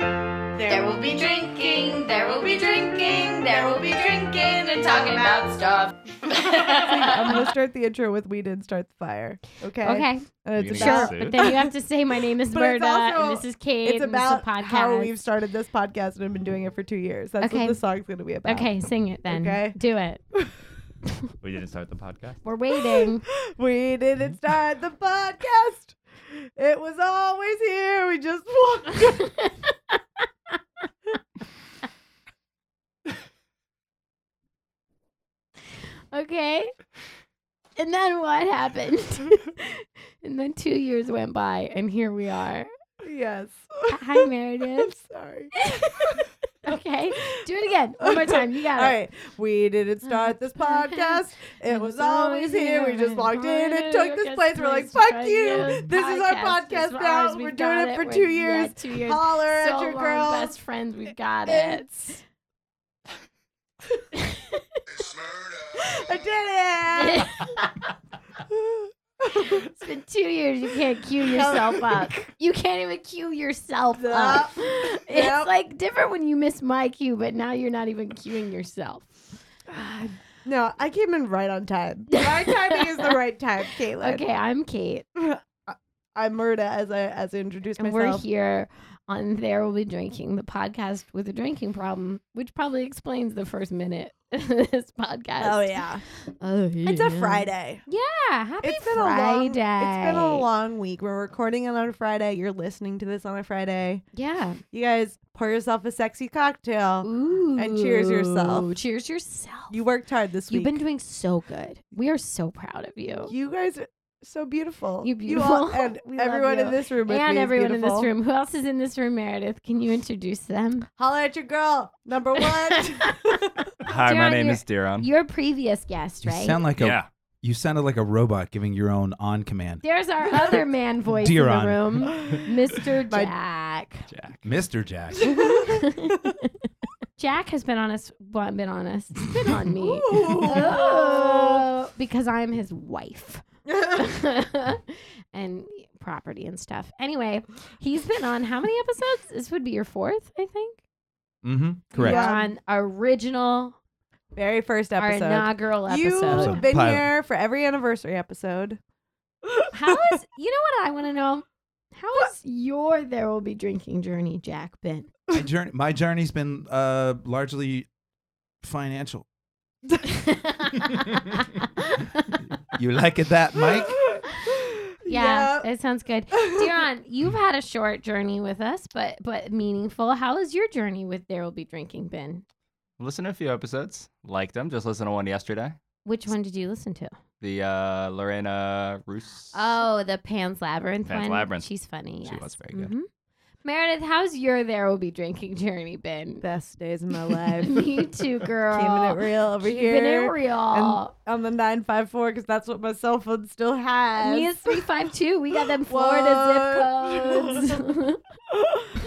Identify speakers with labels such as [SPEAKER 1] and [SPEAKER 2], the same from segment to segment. [SPEAKER 1] There will be drinking, there will be drinking, there will be drinking and talking about stuff.
[SPEAKER 2] I'm gonna start the intro with "We Did Start the Fire." Okay.
[SPEAKER 3] Okay,
[SPEAKER 2] And it's
[SPEAKER 4] You
[SPEAKER 2] about-
[SPEAKER 3] sure.
[SPEAKER 4] sued?
[SPEAKER 3] But then you have to say my name is
[SPEAKER 2] But it's
[SPEAKER 3] Berta and
[SPEAKER 2] also-
[SPEAKER 3] this is Kate.
[SPEAKER 2] It's
[SPEAKER 3] and
[SPEAKER 2] about
[SPEAKER 3] this is a podcast.
[SPEAKER 2] how we've started this podcast and have been doing it for two years. That's
[SPEAKER 3] Okay.
[SPEAKER 2] what the song's gonna be about.
[SPEAKER 3] okay, sing it then.
[SPEAKER 2] Okay.
[SPEAKER 3] do it.
[SPEAKER 4] We didn't start the podcast.
[SPEAKER 3] We're waiting.
[SPEAKER 2] We didn't start the podcast. It was always here. We just walked.
[SPEAKER 3] okay. And then what happened? and then two years went by, and here we are.
[SPEAKER 2] yes.
[SPEAKER 3] Hi,
[SPEAKER 2] I'm
[SPEAKER 3] Meredith.
[SPEAKER 2] sorry.
[SPEAKER 3] Okay, do it again. One more time. You got
[SPEAKER 2] All
[SPEAKER 3] it.
[SPEAKER 2] right. We didn't start this podcast. Uh, It was always here. We just walked in and took this place. We're like, fuck you. This is our podcast now. We're doing it for two years.
[SPEAKER 3] two years.
[SPEAKER 2] Holler at
[SPEAKER 3] So
[SPEAKER 2] your
[SPEAKER 3] long,
[SPEAKER 2] girl.
[SPEAKER 3] Best friends. We've got it.
[SPEAKER 2] It's- I did it.
[SPEAKER 3] It's been two years. You can't cue yourself up. You can't even cue yourself
[SPEAKER 2] Yep.
[SPEAKER 3] up.
[SPEAKER 2] Yep.
[SPEAKER 3] It's like different when you miss my cue, but now you're not even cueing yourself.
[SPEAKER 2] no, I came in right on time. My timing is the right time, Caitlin.
[SPEAKER 3] Okay, I'm Kate,
[SPEAKER 2] I'm Murda as I as I introduced
[SPEAKER 3] and we're
[SPEAKER 2] myself.
[SPEAKER 3] here on There Will Be Drinking, the podcast with a drinking problem, which probably explains the first minute of this podcast.
[SPEAKER 2] Oh yeah.
[SPEAKER 3] Oh,
[SPEAKER 2] It's a
[SPEAKER 3] yeah.
[SPEAKER 2] Friday.
[SPEAKER 3] Yeah, happy
[SPEAKER 2] It's been
[SPEAKER 3] Friday.
[SPEAKER 2] a long It's been a long week. We're recording it on a Friday. You're listening to this on a Friday.
[SPEAKER 3] Yeah.
[SPEAKER 2] You guys pour yourself a sexy cocktail.
[SPEAKER 3] Ooh.
[SPEAKER 2] And cheers yourself.
[SPEAKER 3] Cheers yourself.
[SPEAKER 2] You worked hard this
[SPEAKER 3] You've
[SPEAKER 2] week.
[SPEAKER 3] been doing so good. We are so proud of you.
[SPEAKER 2] you guys are so beautiful.
[SPEAKER 3] You're
[SPEAKER 2] all,
[SPEAKER 3] beautiful.
[SPEAKER 2] and
[SPEAKER 3] We love
[SPEAKER 2] everyone in
[SPEAKER 3] you.
[SPEAKER 2] this room with
[SPEAKER 3] and
[SPEAKER 2] me is
[SPEAKER 3] everyone in this
[SPEAKER 2] beautiful.
[SPEAKER 3] room. Who else is in this room, Meredith? Can you introduce them?
[SPEAKER 2] Holler at your girl. Number one.
[SPEAKER 4] Hi,
[SPEAKER 3] Deron,
[SPEAKER 4] my name
[SPEAKER 3] you're-
[SPEAKER 4] is Deron.
[SPEAKER 3] Your previous guest,
[SPEAKER 5] Um, You
[SPEAKER 3] right?
[SPEAKER 5] sound like a
[SPEAKER 4] yeah.
[SPEAKER 5] you sounded like a robot giving your own on command.
[SPEAKER 3] There's our other man voice
[SPEAKER 5] Deron.
[SPEAKER 3] in the room, Mr.
[SPEAKER 2] My-
[SPEAKER 3] Jack.
[SPEAKER 4] Jack.
[SPEAKER 5] Mr. Jack.
[SPEAKER 3] Jack has been on us. Well, been on us. Been on me.
[SPEAKER 2] Ooh.
[SPEAKER 3] Oh, because I'm his wife. and property and stuff. Anyway, he's been on how many episodes? This would be your fourth, I think.
[SPEAKER 5] mm-hmm.
[SPEAKER 3] We're
[SPEAKER 5] Correct.
[SPEAKER 2] Yeah.
[SPEAKER 3] on original,
[SPEAKER 2] Very first
[SPEAKER 3] our
[SPEAKER 2] episode.
[SPEAKER 3] inaugural episode.
[SPEAKER 2] You've been
[SPEAKER 5] Pilot.
[SPEAKER 2] here for every anniversary episode.
[SPEAKER 3] How is you know what I want to know? How is your there will be drinking journey, Jack? Been
[SPEAKER 5] My journey my journey's been uh largely financial. You like it that, Mike?
[SPEAKER 3] yeah,
[SPEAKER 2] Yep.
[SPEAKER 3] that sounds good. Dion, you've had a short journey with us, but but meaningful. How has your journey with there will be drinking been?
[SPEAKER 4] Listen to a few episodes. Liked them. Just listened to one yesterday.
[SPEAKER 3] Which one did you listen to?
[SPEAKER 4] The uh, Lorena Roos.
[SPEAKER 3] Oh, the Pan's Labyrinth
[SPEAKER 4] Pan's
[SPEAKER 3] one.
[SPEAKER 4] Labyrinth.
[SPEAKER 3] She's funny.
[SPEAKER 4] She
[SPEAKER 3] yes.
[SPEAKER 4] was very good.
[SPEAKER 3] Mhm. Meredith, how's your there will be drinking journey been?
[SPEAKER 2] Best days of my life.
[SPEAKER 3] Me too, girl.
[SPEAKER 2] Keeping it real over
[SPEAKER 3] Keeping
[SPEAKER 2] here.
[SPEAKER 3] it
[SPEAKER 2] And
[SPEAKER 3] real.
[SPEAKER 2] on the 954 because that's what my cell phone still has.
[SPEAKER 3] Me is three five two. We got them Florida zip codes.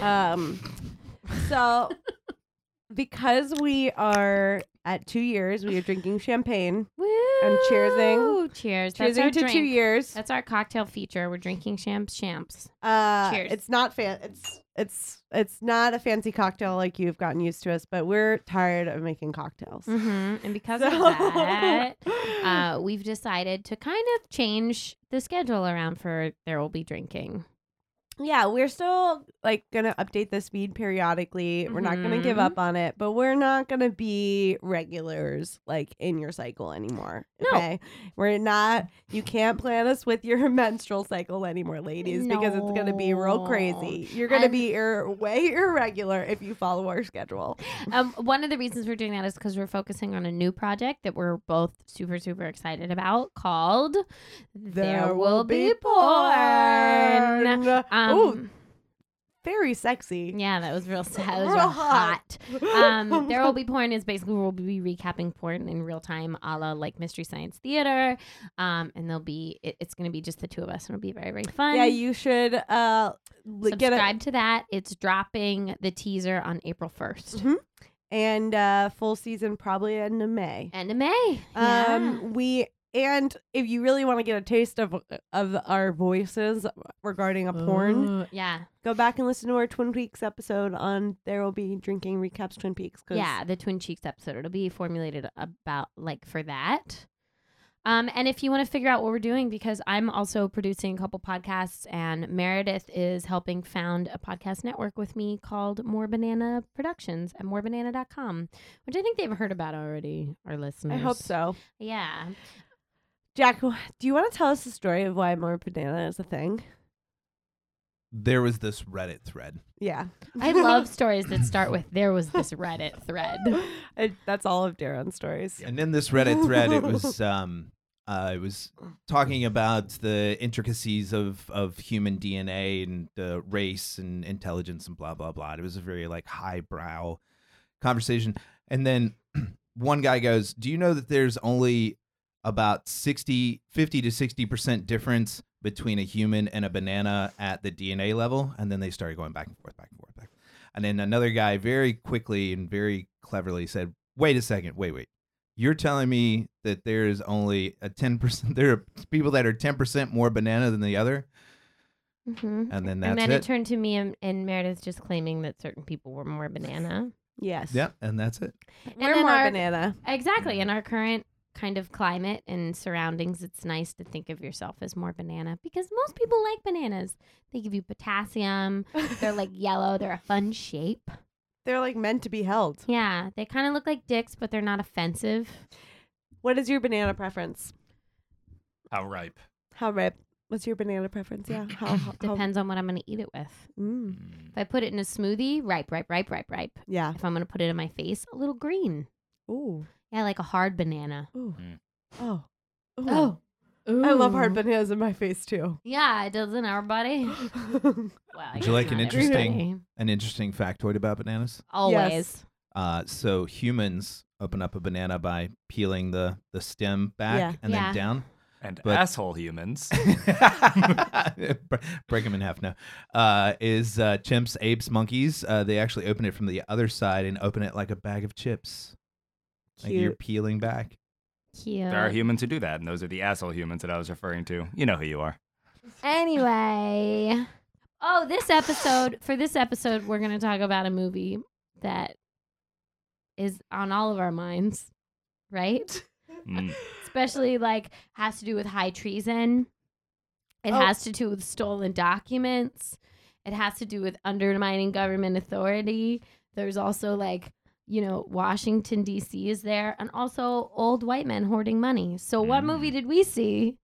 [SPEAKER 2] um, so because we are at two years, we are drinking champagne. And cheersing.
[SPEAKER 3] Woo! Cheers. That's
[SPEAKER 2] Choosing
[SPEAKER 3] our
[SPEAKER 2] to two
[SPEAKER 3] drink.
[SPEAKER 2] years.
[SPEAKER 3] That's our cocktail feature. We're drinking champs, champs.
[SPEAKER 2] Uh,
[SPEAKER 3] Cheers.
[SPEAKER 2] It's not fan. It's it's it's not a fancy cocktail like you've gotten used to us, but we're tired of making cocktails.
[SPEAKER 3] Mm-hmm. And because of
[SPEAKER 2] So-
[SPEAKER 3] that, uh, we've decided to kind of change the schedule around for there will be drinking.
[SPEAKER 2] yeah, we're still like gonna update the speed periodically. We're not gonna give
[SPEAKER 3] Mhm.
[SPEAKER 2] up on it, but we're not gonna be regulars like in your cycle anymore.
[SPEAKER 3] No.
[SPEAKER 2] Okay, we're not. You can't plan us with your menstrual cycle anymore, ladies, because it's gonna be real
[SPEAKER 3] No.
[SPEAKER 2] crazy. You're gonna
[SPEAKER 3] And-
[SPEAKER 2] be ir- way irregular if you follow our schedule.
[SPEAKER 3] Um, one of the reasons we're doing that is because we're focusing on a new project that we're both super, super excited about called There, Will Be Porn.
[SPEAKER 2] Ooh,
[SPEAKER 3] Um,
[SPEAKER 2] very sexy.
[SPEAKER 3] yeah, that was real sad. That was
[SPEAKER 2] Real
[SPEAKER 3] real
[SPEAKER 2] hot.
[SPEAKER 3] hot. Um, there will be porn is basically we'll be recapping porn in real time, a la like Mystery Science Theater. Um, and there'll be it, it's going to be just the two of us, and it'll be very very fun.
[SPEAKER 2] Yeah, you should uh l- get a
[SPEAKER 3] subscribe to that. It's dropping the teaser on April first
[SPEAKER 2] and uh full season probably end of May.
[SPEAKER 3] and in May. Yeah.
[SPEAKER 2] Um we And if you really want to get a taste of of our voices regarding a porn,
[SPEAKER 3] Ooh, yeah.
[SPEAKER 2] go back and listen to our Twin Peaks episode on There Will Be Drinking Recaps Twin Peaks. 'cause-
[SPEAKER 3] Yeah, the Twin Cheeks episode. It'll be formulated about like for that. Um, and if you want to figure out what we're doing, because I'm also producing a couple podcasts, and Meredith is helping found a podcast network with me called More Banana Productions at morebanana.com, which I think they've heard about already, our
[SPEAKER 2] I
[SPEAKER 3] listeners.
[SPEAKER 2] hope so.
[SPEAKER 3] Yeah.
[SPEAKER 2] Jack, do you want to tell us the story of why more banana is a thing?
[SPEAKER 5] There was this Reddit thread.
[SPEAKER 2] Yeah.
[SPEAKER 3] I love stories that start with there was this Reddit thread.
[SPEAKER 2] I, that's all of Darren's stories.
[SPEAKER 5] And in this Reddit thread, it was um, uh, it was talking about the intricacies of of human DNA and uh, race and intelligence and blah blah blah. It was a very like highbrow conversation. And then one guy goes, "Do you know that there's only about 60 50 to 60 percent difference between a human and a banana at the dna level and then they started going back and forth back and forth back and then another guy very quickly and very cleverly said wait a second wait wait you're telling me that there is only a 10% there are people that are 10% more banana than the other
[SPEAKER 2] Mm-hmm.
[SPEAKER 3] hmm
[SPEAKER 5] and then that's
[SPEAKER 3] And then it.
[SPEAKER 5] it
[SPEAKER 3] turned to me and, and Meredith just claiming that certain people were more banana.
[SPEAKER 2] Yes.
[SPEAKER 5] yeah and that's it
[SPEAKER 2] We're
[SPEAKER 3] then
[SPEAKER 2] more
[SPEAKER 3] our-
[SPEAKER 2] banana.
[SPEAKER 3] Exactly. In our current kind of climate and surroundings, it's nice to think of yourself as more banana because most people like bananas. They give you potassium. They're like yellow. They're a fun shape.
[SPEAKER 2] They're like meant to be held.
[SPEAKER 3] Yeah. They kind of look like dicks, but they're not offensive.
[SPEAKER 2] What is your banana preference?
[SPEAKER 4] How ripe?
[SPEAKER 2] How ripe? What's your banana preference? Yeah. How, how
[SPEAKER 3] Depends on what I'm going to eat it with.
[SPEAKER 2] How, Oh. mm,
[SPEAKER 3] If I put it in a smoothie, ripe, ripe, ripe, ripe, ripe.
[SPEAKER 2] yeah.
[SPEAKER 3] If I'm going to put it in my face, a little green.
[SPEAKER 2] Ooh.
[SPEAKER 3] Yeah, like a hard banana.
[SPEAKER 2] Ooh.
[SPEAKER 4] Mm.
[SPEAKER 2] Oh. Ooh. I love hard bananas in my face too.
[SPEAKER 3] Yeah, it does in our body. Well, I
[SPEAKER 5] Would you
[SPEAKER 3] guess
[SPEAKER 5] like an
[SPEAKER 3] not
[SPEAKER 5] interesting-
[SPEAKER 3] everybody.
[SPEAKER 5] an interesting factoid about bananas
[SPEAKER 3] Always.
[SPEAKER 2] Yes.
[SPEAKER 5] uh, so humans open up a banana by peeling the the stem back
[SPEAKER 2] Yeah.
[SPEAKER 5] and
[SPEAKER 3] Yeah.
[SPEAKER 5] then down
[SPEAKER 4] And
[SPEAKER 5] But-
[SPEAKER 4] asshole humans.
[SPEAKER 5] Bre- break them in half now uh, is uh, chimps apes monkeys uh, they actually open it from the other side and open it like a bag of chips like you're
[SPEAKER 2] Cute.
[SPEAKER 5] peeling back
[SPEAKER 3] Cute.
[SPEAKER 4] There are humans who do that, and those are the asshole humans that I was referring to. You know who you are.
[SPEAKER 3] Anyway. Oh, this episode, for this episode, we're going to talk about a movie that is on all of our minds, right?
[SPEAKER 4] Mm.
[SPEAKER 3] Especially like has to do with high treason. It
[SPEAKER 2] Oh.
[SPEAKER 3] has to do with stolen documents. It has to do with undermining government authority. There's also like, you know, Washington D.C. is there, and also old white men hoarding money. So, what
[SPEAKER 4] Mm.
[SPEAKER 3] movie did we see?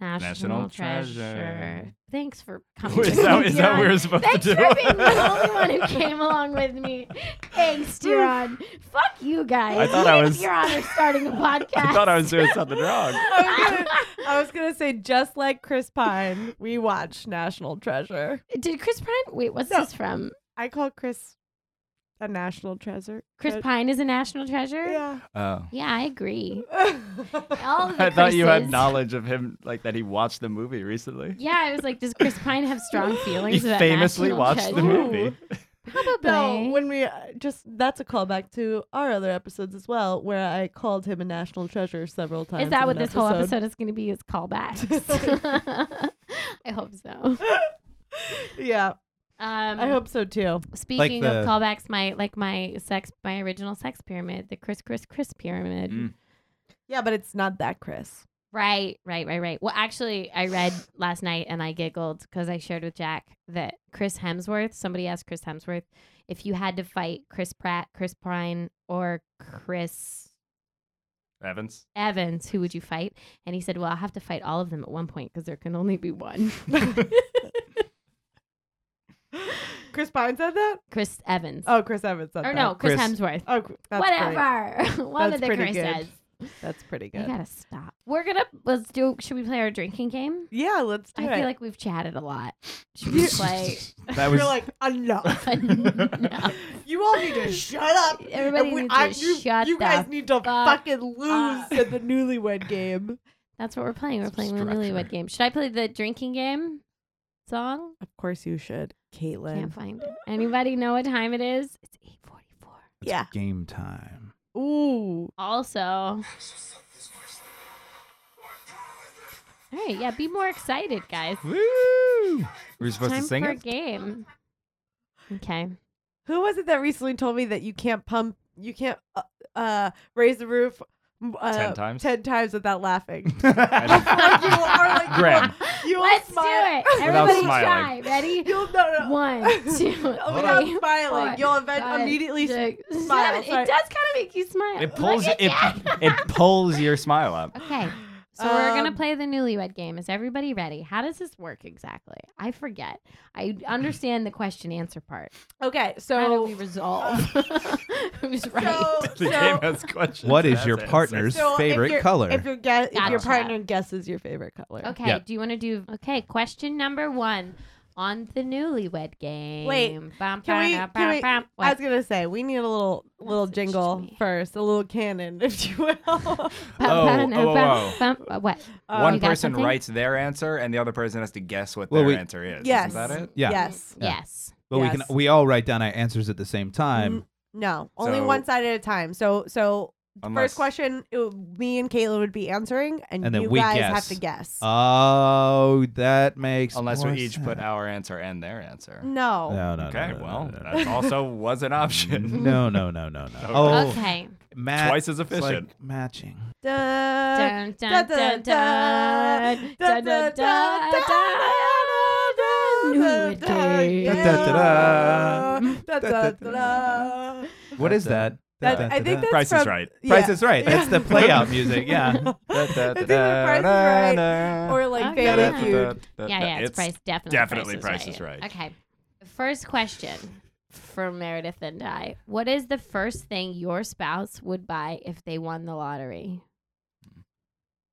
[SPEAKER 4] National Treasure.
[SPEAKER 3] Thanks for coming.
[SPEAKER 4] is
[SPEAKER 3] to
[SPEAKER 4] that,
[SPEAKER 3] me,
[SPEAKER 4] is that what
[SPEAKER 3] Dion.
[SPEAKER 4] we're supposed
[SPEAKER 3] Thanks
[SPEAKER 4] to
[SPEAKER 3] for
[SPEAKER 4] do?
[SPEAKER 3] being the only one who came along with me. Thanks, Duran. Fuck you guys.
[SPEAKER 4] I thought I
[SPEAKER 3] Even if
[SPEAKER 4] was-
[SPEAKER 3] You're on or starting a podcast.
[SPEAKER 4] I thought I was doing something wrong.
[SPEAKER 2] I was, gonna, I was gonna say just like Chris Pine, we watch National Treasure.
[SPEAKER 3] Did Chris Pine? Wait, what's
[SPEAKER 2] No.
[SPEAKER 3] this from?
[SPEAKER 2] I call Chris a national treasure.
[SPEAKER 3] Chris
[SPEAKER 2] Tre-
[SPEAKER 3] Pine is a national treasure.
[SPEAKER 2] Uh, Yeah.
[SPEAKER 4] Oh.
[SPEAKER 3] Yeah, I agree. All of the
[SPEAKER 4] I thought you had
[SPEAKER 3] Chris's-
[SPEAKER 4] knowledge of him, like that he watched the movie recently.
[SPEAKER 3] Yeah, I was like, does Chris Pine have strong feelings?
[SPEAKER 4] He
[SPEAKER 3] about
[SPEAKER 4] famously
[SPEAKER 3] national
[SPEAKER 4] watched the
[SPEAKER 3] treasure?
[SPEAKER 4] movie.
[SPEAKER 3] Probably.
[SPEAKER 2] No, when we uh, just that's a callback to our other episodes as well, where I called him a national treasure several times.
[SPEAKER 3] Is that
[SPEAKER 2] in
[SPEAKER 3] what
[SPEAKER 2] an
[SPEAKER 3] this whole episode is going to be? Is callbacks? I hope so.
[SPEAKER 2] Yeah,
[SPEAKER 3] Um,
[SPEAKER 2] I hope so too.
[SPEAKER 3] Speaking
[SPEAKER 5] the-
[SPEAKER 3] of callbacks, my like my sex, my original sex pyramid, the Chris, Chris, Chris pyramid.
[SPEAKER 4] Mm.
[SPEAKER 2] Yeah, but it's not that Chris.
[SPEAKER 3] Right, right, right, right. Well, actually, I read last night and I giggled because I shared with Jack that Chris Hemsworth. Somebody asked Chris Hemsworth if you had to fight Chris Pratt, Chris Pine, or Chris
[SPEAKER 4] Evans.
[SPEAKER 3] Evans, who would you fight? And he said, "Well, I'll have to fight all of them at one point because there can only be one."
[SPEAKER 2] Chris Pine said that.
[SPEAKER 3] Chris Evans.
[SPEAKER 2] Oh, Chris Evans said that.
[SPEAKER 3] or no, Chris,
[SPEAKER 5] Chris-
[SPEAKER 3] Hemsworth.
[SPEAKER 2] Oh, cr- that's Pretty,
[SPEAKER 3] Whatever. One
[SPEAKER 2] That's
[SPEAKER 3] of the
[SPEAKER 2] pretty
[SPEAKER 3] Chris's.
[SPEAKER 2] good. that's pretty
[SPEAKER 3] I
[SPEAKER 2] good.
[SPEAKER 3] gotta stop. We're gonna let's do. Should we play our drinking game?
[SPEAKER 2] Yeah, let's do
[SPEAKER 3] I
[SPEAKER 2] it.
[SPEAKER 3] feel like we've chatted a lot. Should we play?
[SPEAKER 5] that was
[SPEAKER 2] You're like enough.
[SPEAKER 3] no.
[SPEAKER 2] You all need to shut
[SPEAKER 4] Uh,
[SPEAKER 2] up. And
[SPEAKER 3] Everybody needs to shut
[SPEAKER 2] You guys
[SPEAKER 3] the
[SPEAKER 2] need to
[SPEAKER 3] fuck
[SPEAKER 2] fucking lose
[SPEAKER 3] up.
[SPEAKER 2] at the newlywed game.
[SPEAKER 3] That's what we're playing. We're
[SPEAKER 4] Some
[SPEAKER 3] playing the
[SPEAKER 4] structure.
[SPEAKER 3] newlywed game. Should I play the drinking game song?
[SPEAKER 2] Of course you should, Caitlin.
[SPEAKER 3] Can't find it. Anybody know what time it is? It's eight forty-four.
[SPEAKER 2] Yeah.
[SPEAKER 5] game time
[SPEAKER 2] Ooh.
[SPEAKER 3] Also, All right, yeah, be more excited, guys.
[SPEAKER 4] Woo! We're supposed
[SPEAKER 3] Time
[SPEAKER 4] to sing
[SPEAKER 3] for
[SPEAKER 4] it.
[SPEAKER 3] a game. Okay.
[SPEAKER 2] Who was it that recently told me that you can't pump, you can't uh, uh raise the roof m- uh,
[SPEAKER 4] Ten times?
[SPEAKER 2] ten times without laughing?
[SPEAKER 4] And-
[SPEAKER 2] like you are like
[SPEAKER 4] Greg,
[SPEAKER 2] you will
[SPEAKER 3] Let's
[SPEAKER 2] smile.
[SPEAKER 3] do it. Everybody try.
[SPEAKER 4] smiling.
[SPEAKER 3] Ready?
[SPEAKER 2] You'll no no
[SPEAKER 3] One, two,
[SPEAKER 2] Oh, without
[SPEAKER 3] three,
[SPEAKER 2] smiling,
[SPEAKER 3] four,
[SPEAKER 2] you'll invent
[SPEAKER 3] five,
[SPEAKER 2] immediately. s-
[SPEAKER 3] six,
[SPEAKER 2] smile.
[SPEAKER 3] seven.
[SPEAKER 2] Sorry.
[SPEAKER 3] It does kind of make you smile.
[SPEAKER 4] it pulls
[SPEAKER 3] Look
[SPEAKER 4] it,
[SPEAKER 3] at that.
[SPEAKER 4] it pulls your smile up.
[SPEAKER 3] Okay. So we're gonna
[SPEAKER 2] Um,
[SPEAKER 3] play the newlywed game. Is everybody ready? How does this work exactly? I forget. I understand the question answer part.
[SPEAKER 2] Okay,
[SPEAKER 3] How do we
[SPEAKER 2] so uh,
[SPEAKER 3] resolve who's
[SPEAKER 2] so,
[SPEAKER 3] right?
[SPEAKER 4] The
[SPEAKER 2] so-
[SPEAKER 4] game has questions.
[SPEAKER 5] What
[SPEAKER 4] as
[SPEAKER 5] is your
[SPEAKER 4] answers.
[SPEAKER 5] partner's
[SPEAKER 2] So if
[SPEAKER 5] favorite
[SPEAKER 2] you're-
[SPEAKER 5] color?
[SPEAKER 2] if your guess, if your
[SPEAKER 3] Gotcha.
[SPEAKER 2] partner guesses your favorite color.
[SPEAKER 3] Okay.
[SPEAKER 4] Yeah.
[SPEAKER 3] Do you want to do? Okay. Question number one on the newlywed game. Bum,
[SPEAKER 2] can
[SPEAKER 3] bum,
[SPEAKER 2] we- can
[SPEAKER 3] bum, bum,
[SPEAKER 2] we-
[SPEAKER 3] bum.
[SPEAKER 2] I
[SPEAKER 3] What?
[SPEAKER 2] was gonna say we need a little little
[SPEAKER 3] Messaged
[SPEAKER 2] jingle
[SPEAKER 3] me.
[SPEAKER 2] first, a little cannon, if you will.
[SPEAKER 3] Bum,
[SPEAKER 4] Oh,
[SPEAKER 3] bum,
[SPEAKER 4] oh,
[SPEAKER 3] bum,
[SPEAKER 4] oh.
[SPEAKER 3] bum. Uh, What?
[SPEAKER 2] Um,
[SPEAKER 4] One
[SPEAKER 3] you got
[SPEAKER 4] person
[SPEAKER 3] something?
[SPEAKER 4] writes their answer, and the other person has to guess what
[SPEAKER 5] Well,
[SPEAKER 4] their
[SPEAKER 5] we-
[SPEAKER 4] answer is.
[SPEAKER 2] yes.
[SPEAKER 4] Isn't that it?
[SPEAKER 5] Yeah.
[SPEAKER 2] Yes.
[SPEAKER 3] Yes. Mm.
[SPEAKER 5] but we
[SPEAKER 2] yes.
[SPEAKER 5] can we all write down our answers at the same time.
[SPEAKER 2] No. Only
[SPEAKER 4] So-
[SPEAKER 2] one side at a time. So so
[SPEAKER 4] Unless-
[SPEAKER 2] first question, it would- me and Caitlin would be answering, and,
[SPEAKER 5] And then
[SPEAKER 2] you
[SPEAKER 5] we
[SPEAKER 2] guys have
[SPEAKER 5] guess. Uh,
[SPEAKER 2] to guess.
[SPEAKER 5] Oh, that makes
[SPEAKER 4] Unless
[SPEAKER 5] more
[SPEAKER 4] we each put
[SPEAKER 5] sense.
[SPEAKER 4] our answer and their answer.
[SPEAKER 3] Mm.
[SPEAKER 2] no.
[SPEAKER 5] No, no, no,
[SPEAKER 4] okay,
[SPEAKER 5] no, no,
[SPEAKER 4] well,
[SPEAKER 5] no, no,
[SPEAKER 4] that also was an option.
[SPEAKER 5] no, no, no, no, no.
[SPEAKER 4] Okay.
[SPEAKER 5] Oh,
[SPEAKER 3] Okay.
[SPEAKER 5] Matt,
[SPEAKER 4] Twice as
[SPEAKER 5] it's like
[SPEAKER 4] efficient.
[SPEAKER 5] matching.
[SPEAKER 2] Duh.
[SPEAKER 3] Dun,
[SPEAKER 2] dun, dun,
[SPEAKER 3] dun, dun,
[SPEAKER 2] dun,
[SPEAKER 3] dun,
[SPEAKER 2] dun,
[SPEAKER 3] dun, dun,
[SPEAKER 2] dun, dun, dun, dun, dun,
[SPEAKER 3] dun, dun, dun,
[SPEAKER 5] Da-da-da-da.
[SPEAKER 2] yeah. Da-da-da-da.
[SPEAKER 5] What is that?
[SPEAKER 2] That- I think that's
[SPEAKER 4] Price is
[SPEAKER 2] from-
[SPEAKER 4] right.
[SPEAKER 2] yeah.
[SPEAKER 5] Price is right.
[SPEAKER 2] Yeah.
[SPEAKER 5] That's the playout music. Yeah.
[SPEAKER 4] I think
[SPEAKER 2] I think the Price is Right Or like
[SPEAKER 3] Okay.
[SPEAKER 2] Family Feud.
[SPEAKER 3] Yeah, yeah, it's, price definitely
[SPEAKER 4] definitely
[SPEAKER 3] price, is, right. Okay. First question for Meredith and I. What is the first thing your spouse would buy if they won the lottery?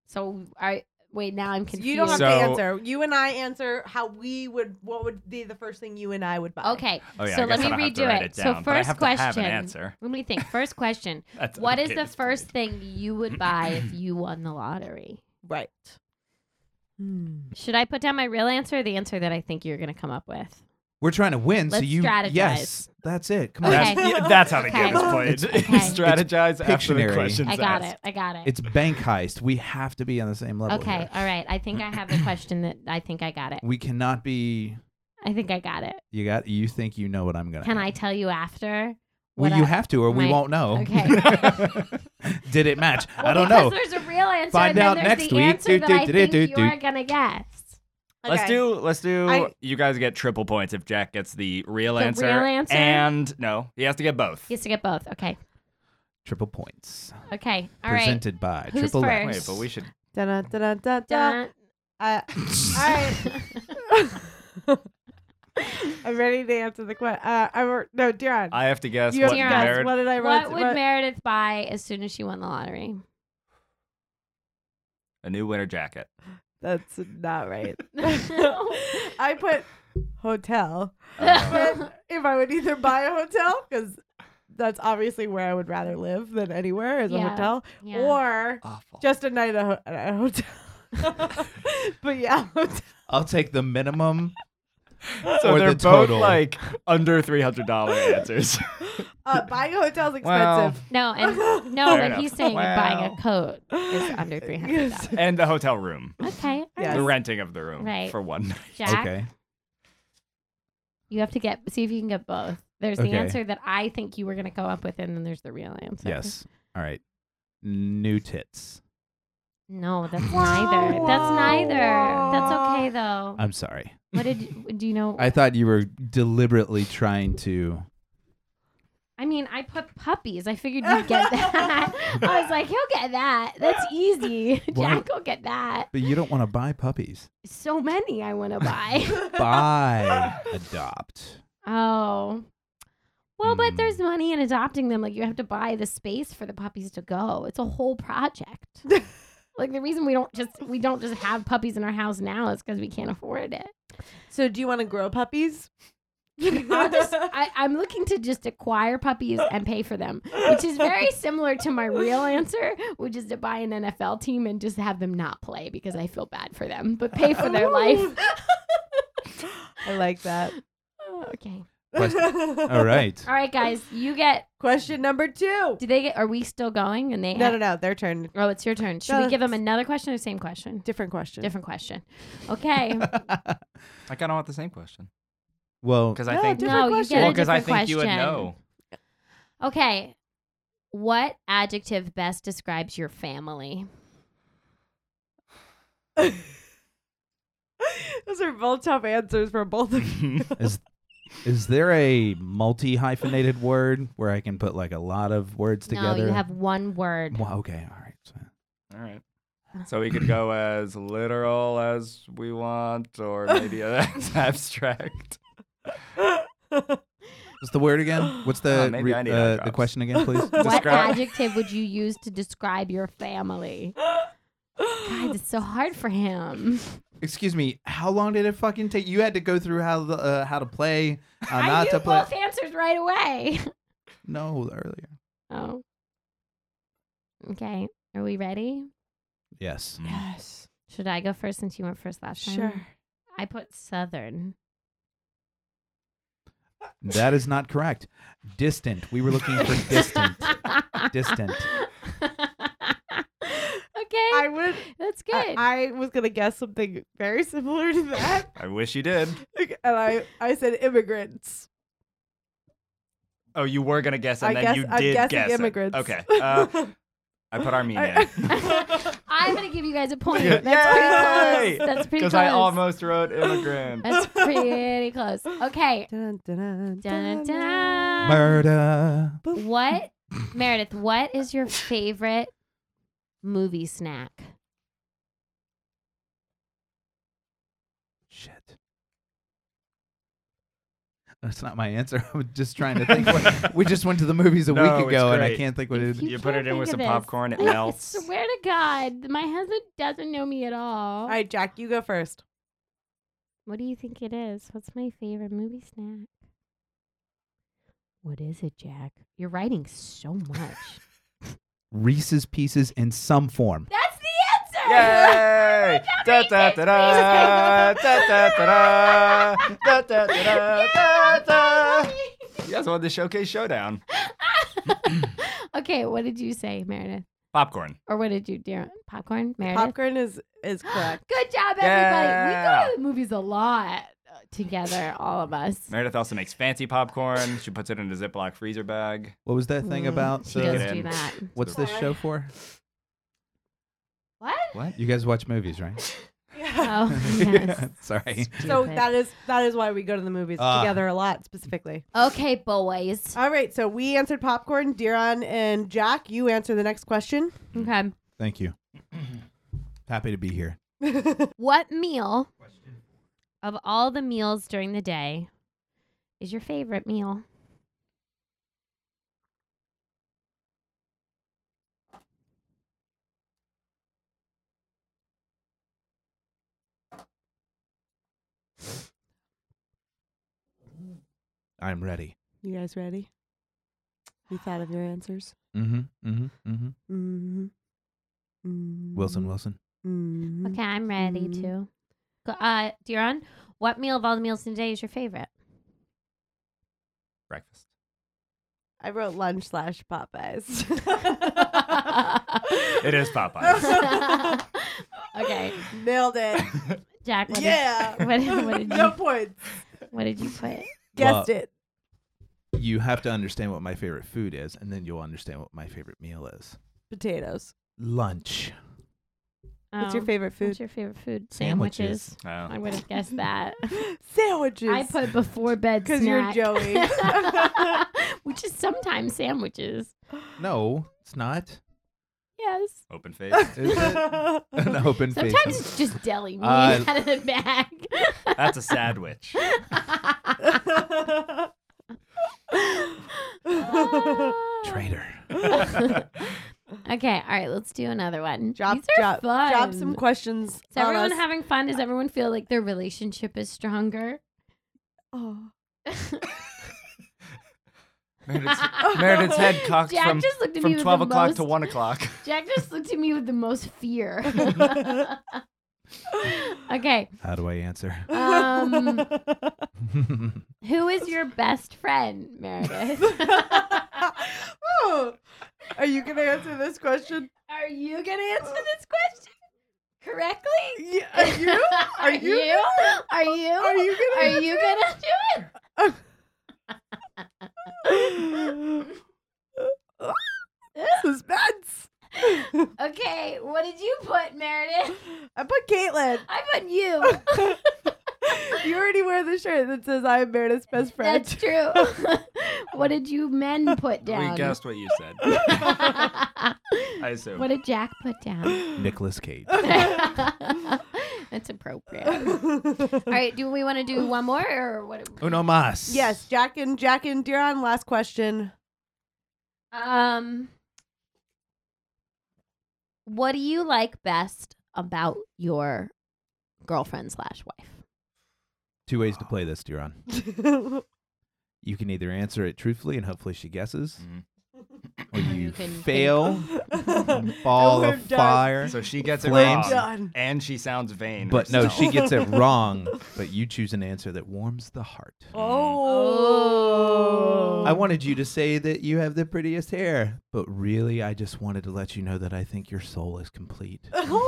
[SPEAKER 3] So I wait, now I'm
[SPEAKER 2] So
[SPEAKER 3] confused.
[SPEAKER 2] You don't have
[SPEAKER 4] So-
[SPEAKER 2] to answer. You and I answer how we would. What would be the first thing you and I would buy?
[SPEAKER 3] okay.
[SPEAKER 4] Oh, yeah,
[SPEAKER 3] so
[SPEAKER 4] I
[SPEAKER 3] let
[SPEAKER 4] guess
[SPEAKER 3] me
[SPEAKER 4] I don't have
[SPEAKER 3] redo
[SPEAKER 4] to write it
[SPEAKER 3] So
[SPEAKER 4] down,
[SPEAKER 3] first
[SPEAKER 4] but I have to
[SPEAKER 3] question.
[SPEAKER 4] have an answer.
[SPEAKER 3] Let me think. First question.
[SPEAKER 4] That's
[SPEAKER 3] what is the
[SPEAKER 4] okay.
[SPEAKER 3] first thing you would buy if you won the lottery?
[SPEAKER 2] Right. Hmm.
[SPEAKER 3] Should I put down my real answer or the answer that I think you're gonna come up with?
[SPEAKER 5] We're trying to win, so
[SPEAKER 3] Let's
[SPEAKER 5] you
[SPEAKER 3] strategize.
[SPEAKER 5] yes, that's it. Come on.
[SPEAKER 3] Okay.
[SPEAKER 4] That's, yeah, that's how the
[SPEAKER 3] Okay.
[SPEAKER 4] game is played.
[SPEAKER 5] It's-
[SPEAKER 4] You
[SPEAKER 3] okay.
[SPEAKER 4] strategize after the
[SPEAKER 5] Pictionary.
[SPEAKER 4] questions
[SPEAKER 3] I got
[SPEAKER 4] asked.
[SPEAKER 3] it. I got it.
[SPEAKER 5] It's bank heist. We have to be on the same level.
[SPEAKER 3] Okay,
[SPEAKER 5] here.
[SPEAKER 3] all right. I think I have the question that I think I got it.
[SPEAKER 5] We cannot be.
[SPEAKER 3] I think I got it.
[SPEAKER 5] You got. You think you know what I'm gonna?
[SPEAKER 3] Can
[SPEAKER 5] have.
[SPEAKER 3] I tell you after?
[SPEAKER 5] Well,
[SPEAKER 3] what
[SPEAKER 5] you
[SPEAKER 3] I-
[SPEAKER 5] have to, or we
[SPEAKER 3] my-
[SPEAKER 5] won't know.
[SPEAKER 3] Okay.
[SPEAKER 5] Did it match? I
[SPEAKER 3] Well,
[SPEAKER 5] don't
[SPEAKER 3] because
[SPEAKER 5] know.
[SPEAKER 3] There's a real answer.
[SPEAKER 5] Find
[SPEAKER 3] and then
[SPEAKER 5] out
[SPEAKER 3] there's
[SPEAKER 5] next
[SPEAKER 3] the
[SPEAKER 5] week.
[SPEAKER 3] Answer that
[SPEAKER 5] Do, do,
[SPEAKER 3] I
[SPEAKER 5] do,
[SPEAKER 3] think
[SPEAKER 5] do, do.
[SPEAKER 3] you're gonna guess.
[SPEAKER 4] Let's
[SPEAKER 2] Okay.
[SPEAKER 4] do. Let's do.
[SPEAKER 2] I-
[SPEAKER 4] you guys get triple points if Jack gets the real
[SPEAKER 3] The
[SPEAKER 4] answer.
[SPEAKER 3] real answer?
[SPEAKER 4] And no, he has to get both.
[SPEAKER 3] He has to get both. Okay.
[SPEAKER 5] Triple points.
[SPEAKER 3] Okay. All right.
[SPEAKER 5] Presented by
[SPEAKER 3] Who's
[SPEAKER 5] Triple X.
[SPEAKER 4] Wait, but we should.
[SPEAKER 2] Da da da da da.
[SPEAKER 3] Dun.
[SPEAKER 2] All right. I'm ready to answer the question. Uh, I wrote no, Darren.
[SPEAKER 4] I have to guess
[SPEAKER 2] you have
[SPEAKER 4] what
[SPEAKER 2] to
[SPEAKER 3] Darren.
[SPEAKER 2] guess.
[SPEAKER 4] Meredith-
[SPEAKER 2] What did I write?
[SPEAKER 3] What would Meredith buy as soon as she won the lottery?
[SPEAKER 4] a new winter jacket.
[SPEAKER 2] That's not right.
[SPEAKER 3] No.
[SPEAKER 2] I put hotel.
[SPEAKER 4] Uh,
[SPEAKER 2] But if I would either buy a hotel because that's obviously where I would rather live than anywhere is a
[SPEAKER 3] Yeah.
[SPEAKER 2] hotel,
[SPEAKER 3] Yeah.
[SPEAKER 2] or
[SPEAKER 4] awful.
[SPEAKER 2] just a night at a, ho- at a hotel. but yeah, hotel.
[SPEAKER 5] I'll take the minimum.
[SPEAKER 4] so
[SPEAKER 5] or
[SPEAKER 4] they're
[SPEAKER 5] the
[SPEAKER 4] both
[SPEAKER 5] total.
[SPEAKER 4] like under three hundred dollar answers.
[SPEAKER 2] Uh, buying a hotel is
[SPEAKER 4] Well,
[SPEAKER 2] expensive.
[SPEAKER 3] no, and no,
[SPEAKER 4] Fair
[SPEAKER 3] but
[SPEAKER 4] enough.
[SPEAKER 3] he's saying
[SPEAKER 4] Wow.
[SPEAKER 3] buying a coat is under three hundred dollars.
[SPEAKER 4] and the hotel room,
[SPEAKER 3] Okay. all
[SPEAKER 2] Yes.
[SPEAKER 4] the
[SPEAKER 3] right.
[SPEAKER 4] renting of the room
[SPEAKER 3] Right.
[SPEAKER 4] for one night.
[SPEAKER 3] Jack.
[SPEAKER 5] Okay.
[SPEAKER 3] You have to get see if you can get both. There's the
[SPEAKER 5] Okay.
[SPEAKER 3] answer that I think you were gonna come up with, and then there's the real answer.
[SPEAKER 5] Yes. All right. New tits.
[SPEAKER 3] No, that's
[SPEAKER 2] Wow,
[SPEAKER 3] neither. That's
[SPEAKER 2] wow,
[SPEAKER 3] neither.
[SPEAKER 2] wow.
[SPEAKER 3] That's okay though.
[SPEAKER 5] I'm sorry.
[SPEAKER 3] what did you, do you know?
[SPEAKER 5] I thought you were deliberately trying to.
[SPEAKER 3] I mean, I put puppies. I figured you'd get that. I was like, he'll get that. That's easy.
[SPEAKER 5] Why-
[SPEAKER 3] Jack will get that.
[SPEAKER 5] But you don't want to buy puppies.
[SPEAKER 3] So many I want to buy.
[SPEAKER 5] Buy, adopt.
[SPEAKER 3] oh. Well, but
[SPEAKER 5] Hmm.
[SPEAKER 3] there's money in adopting them. Like you have to buy the space for the puppies to go. It's a whole project. like the reason we don't just we don't just have puppies in our house now is because we can't afford it.
[SPEAKER 2] So, do you want to grow puppies?
[SPEAKER 3] I'll just, I, I'm looking to just acquire puppies and pay for them, which is very similar to my real answer, which is to buy an NFL team and just have them not play because I feel bad for them, but pay for their life.
[SPEAKER 2] I like that.
[SPEAKER 3] Oh, okay.
[SPEAKER 5] Question. All right.
[SPEAKER 3] All right, guys, you get.
[SPEAKER 2] Question number two.
[SPEAKER 3] Do they get? Are we still going? And they.
[SPEAKER 2] No, no, no. Their turn.
[SPEAKER 3] Oh, it's your turn. Should
[SPEAKER 2] No,
[SPEAKER 3] we give them
[SPEAKER 2] it's-
[SPEAKER 3] another question or same question?
[SPEAKER 2] Different question.
[SPEAKER 3] Different question. Okay.
[SPEAKER 4] I kind of want the same question
[SPEAKER 5] Well,
[SPEAKER 4] because I
[SPEAKER 2] No,
[SPEAKER 4] think
[SPEAKER 2] different
[SPEAKER 3] no, you
[SPEAKER 2] question.
[SPEAKER 3] get
[SPEAKER 4] well
[SPEAKER 3] a
[SPEAKER 4] because
[SPEAKER 3] different
[SPEAKER 4] I think
[SPEAKER 3] question.
[SPEAKER 4] you would know.
[SPEAKER 3] Okay. What adjective best describes your family?
[SPEAKER 2] Those are both tough answers for both. of you.
[SPEAKER 5] is there a multi hyphenated word where I can put like a lot of words together?
[SPEAKER 3] No, you have one word.
[SPEAKER 5] Well, okay. All right. So-
[SPEAKER 4] All right. So we could go as literal as we want, or maybe as abstract.
[SPEAKER 5] What's the word again? What's the
[SPEAKER 4] Oh, maybe
[SPEAKER 5] re-
[SPEAKER 4] I need eye
[SPEAKER 5] uh, the
[SPEAKER 4] drops.
[SPEAKER 5] question again, please?
[SPEAKER 3] What
[SPEAKER 4] Describe-
[SPEAKER 3] adjective would you use to describe your family? God, it's so hard for him.
[SPEAKER 5] Excuse me. How long did it fucking take? You had to go through how the, uh, how to play, how
[SPEAKER 3] I
[SPEAKER 5] not
[SPEAKER 3] knew
[SPEAKER 5] to play.
[SPEAKER 3] both answers right away.
[SPEAKER 5] No, earlier.
[SPEAKER 3] Oh. Okay. Are we ready?
[SPEAKER 5] Yes.
[SPEAKER 2] yes.
[SPEAKER 3] Should I go first since you went first last time?
[SPEAKER 2] Sure.
[SPEAKER 3] I put southern.
[SPEAKER 5] That is not correct. Distant. We were looking for distant. Distant.
[SPEAKER 3] okay.
[SPEAKER 2] I would.
[SPEAKER 3] that's
[SPEAKER 2] I,
[SPEAKER 3] good.
[SPEAKER 2] I was gonna guess something very similar to that,
[SPEAKER 4] I wish you did.
[SPEAKER 2] and I I said immigrants.
[SPEAKER 4] Oh, you were gonna guess, and
[SPEAKER 2] I
[SPEAKER 4] then
[SPEAKER 2] guess
[SPEAKER 4] you
[SPEAKER 2] I'm
[SPEAKER 4] did
[SPEAKER 2] guessing
[SPEAKER 4] guess it.
[SPEAKER 2] immigrants.
[SPEAKER 4] Okay, uh, I put Armenian
[SPEAKER 3] I, am gonna give you guys a point.
[SPEAKER 4] Yeah.
[SPEAKER 3] That's pretty
[SPEAKER 4] Yay!
[SPEAKER 3] close. That's pretty
[SPEAKER 4] because
[SPEAKER 3] close.
[SPEAKER 4] I almost wrote immigrant.
[SPEAKER 3] That's pretty close. Okay.
[SPEAKER 2] Dun, dun, dun, dun,
[SPEAKER 3] Dun, dun.
[SPEAKER 5] Murder.
[SPEAKER 3] What, Meredith? What is your favorite movie snack?
[SPEAKER 5] Shit. That's not my answer. I was just trying to think. What, we just went to the movies a
[SPEAKER 4] No,
[SPEAKER 5] week
[SPEAKER 4] it's
[SPEAKER 5] ago, and I
[SPEAKER 4] great.
[SPEAKER 5] can't think what it
[SPEAKER 3] If
[SPEAKER 5] is.
[SPEAKER 3] you
[SPEAKER 4] You put
[SPEAKER 3] can't
[SPEAKER 4] it in
[SPEAKER 3] think
[SPEAKER 4] with
[SPEAKER 3] of
[SPEAKER 4] some
[SPEAKER 3] this.
[SPEAKER 4] popcorn, it
[SPEAKER 3] I
[SPEAKER 4] melts.
[SPEAKER 3] swear to God, my husband doesn't know me at all.
[SPEAKER 2] All right, Jack, you go first.
[SPEAKER 3] What do you think it is? What's my favorite movie snack? What is it, Jack? You're writing so much.
[SPEAKER 5] Reese's Pieces in some form.
[SPEAKER 3] That's the answer.
[SPEAKER 4] Yay! Da da da da da da da da da da da da da. You guys won the showcase showdown.
[SPEAKER 3] okay, what did you say, Meredith?
[SPEAKER 4] Popcorn.
[SPEAKER 3] Or what did you do? Popcorn, Meredith.
[SPEAKER 2] Popcorn is is correct.
[SPEAKER 3] Good job, everybody. We
[SPEAKER 4] Yeah.
[SPEAKER 3] go to the movies a lot uh, together, all of us.
[SPEAKER 4] Meredith also makes fancy popcorn. She puts it in a Ziploc freezer bag.
[SPEAKER 5] What was that thing
[SPEAKER 2] Mm,
[SPEAKER 5] about?
[SPEAKER 3] She
[SPEAKER 5] uh,
[SPEAKER 4] Take it
[SPEAKER 3] does do
[SPEAKER 4] in.
[SPEAKER 3] that.
[SPEAKER 5] what's this show for?
[SPEAKER 3] What?
[SPEAKER 4] What?
[SPEAKER 5] You guys watch movies, right?
[SPEAKER 3] Oh, yes.
[SPEAKER 5] Sorry.
[SPEAKER 2] So
[SPEAKER 3] Stupid.
[SPEAKER 2] that is that is why we go to the movies
[SPEAKER 5] Ah.
[SPEAKER 2] together a lot, specifically.
[SPEAKER 3] Okay, boys.
[SPEAKER 2] All right, so we answered popcorn, Diron and Jack. You answer the next question.
[SPEAKER 3] Okay.
[SPEAKER 5] Thank you. Happy to be here.
[SPEAKER 3] What meal of all the meals during the day is your favorite meal?
[SPEAKER 5] I'm ready.
[SPEAKER 2] You guys ready? You thought of your answers.
[SPEAKER 5] Mm-hmm. Mm-hmm. Mm-hmm.
[SPEAKER 2] Mm-hmm.
[SPEAKER 3] Mm-hmm.
[SPEAKER 5] Wilson Wilson.
[SPEAKER 2] Mm-hmm.
[SPEAKER 3] Okay, I'm ready
[SPEAKER 2] Mm.
[SPEAKER 3] to. Go- Uh, Diron, what meal of all the meals in the day is your favorite?
[SPEAKER 4] Breakfast.
[SPEAKER 2] I wrote lunch slash Popeyes.
[SPEAKER 4] It is Popeyes.
[SPEAKER 3] okay,
[SPEAKER 2] Nailed it.
[SPEAKER 3] Jack. What
[SPEAKER 2] yeah.
[SPEAKER 3] Did, what, did- what did
[SPEAKER 2] no
[SPEAKER 3] you?
[SPEAKER 2] points.
[SPEAKER 3] What did you put?
[SPEAKER 2] Guessed
[SPEAKER 5] Well-
[SPEAKER 2] it.
[SPEAKER 5] You have to understand what my favorite food is, and then you'll understand what my favorite meal is.
[SPEAKER 2] Potatoes.
[SPEAKER 5] Lunch.
[SPEAKER 2] What's your
[SPEAKER 3] Oh,
[SPEAKER 2] favorite
[SPEAKER 3] What's
[SPEAKER 2] food?
[SPEAKER 3] your favorite food?
[SPEAKER 5] Sandwiches.
[SPEAKER 4] Oh.
[SPEAKER 3] I would have guessed that.
[SPEAKER 2] Sandwiches.
[SPEAKER 3] I put before bed
[SPEAKER 2] 'Cause you're
[SPEAKER 3] snack.
[SPEAKER 2] Joey.
[SPEAKER 3] which is sometimes sandwiches.
[SPEAKER 5] No, it's not.
[SPEAKER 3] Yes.
[SPEAKER 4] Open face.
[SPEAKER 5] Is it? An open face.
[SPEAKER 3] Sometimes it's just deli meat
[SPEAKER 5] Uh,
[SPEAKER 3] out of the bag.
[SPEAKER 4] That's a sandwich.
[SPEAKER 5] Traitor.
[SPEAKER 3] okay, all right, let's do another one.
[SPEAKER 2] drop,
[SPEAKER 3] These are
[SPEAKER 2] drop,
[SPEAKER 3] fun.
[SPEAKER 2] drop some questions.
[SPEAKER 3] Is
[SPEAKER 2] on
[SPEAKER 3] everyone
[SPEAKER 2] us.
[SPEAKER 3] having fun? Does everyone feel like their relationship is stronger?
[SPEAKER 2] Oh.
[SPEAKER 4] Meredith's, Meredith's head cocked
[SPEAKER 3] Jack
[SPEAKER 4] from,
[SPEAKER 3] just looked at me
[SPEAKER 4] from
[SPEAKER 3] with
[SPEAKER 4] 12
[SPEAKER 3] the
[SPEAKER 4] o'clock
[SPEAKER 3] most-
[SPEAKER 4] to 1 o'clock.
[SPEAKER 3] Jack just looked at me with the most fear. Okay.
[SPEAKER 5] How do I answer?
[SPEAKER 3] Um, who is your best friend, Meredith?
[SPEAKER 2] oh, are you gonna answer this question?
[SPEAKER 3] Are you gonna answer this question correctly?
[SPEAKER 2] Yeah, Uh, are you?
[SPEAKER 3] Are
[SPEAKER 2] you
[SPEAKER 3] you? Are you?
[SPEAKER 2] Are you gonna?
[SPEAKER 3] Are you gonna do it?
[SPEAKER 2] Suspense.
[SPEAKER 3] Okay, what did you put, Meredith?
[SPEAKER 2] I put Caitlin.
[SPEAKER 3] I put you.
[SPEAKER 2] you already wear the shirt that says "I am Meredith's best friend."
[SPEAKER 3] That's true. what did you men put down?
[SPEAKER 4] We guessed what you said. I assume.
[SPEAKER 3] what did Jack put down?
[SPEAKER 5] Nicholas Cage.
[SPEAKER 3] That's appropriate. All right, do we want to do one more or what?
[SPEAKER 5] Uno mas.
[SPEAKER 2] yes, Jack and Jack and Duran. Last question.
[SPEAKER 3] Um, what do you like best about your girlfriend slash wife?
[SPEAKER 5] Two ways to play this, Duran. You can either answer it truthfully and hopefully she guesses, or
[SPEAKER 3] Or
[SPEAKER 5] you,
[SPEAKER 3] you can think.
[SPEAKER 5] fail, ball
[SPEAKER 2] We're
[SPEAKER 5] of
[SPEAKER 2] done.
[SPEAKER 5] fire.
[SPEAKER 4] So she gets
[SPEAKER 5] Flames.
[SPEAKER 4] it wrong,
[SPEAKER 2] Done.
[SPEAKER 4] and she sounds vain.
[SPEAKER 5] But no,
[SPEAKER 4] herself.
[SPEAKER 5] she gets it wrong. But you choose an answer that warms the heart.
[SPEAKER 2] Oh.
[SPEAKER 5] I wanted you to say that you have the prettiest hair, but really, I just wanted to let you know that I think your soul is complete.
[SPEAKER 2] Oh.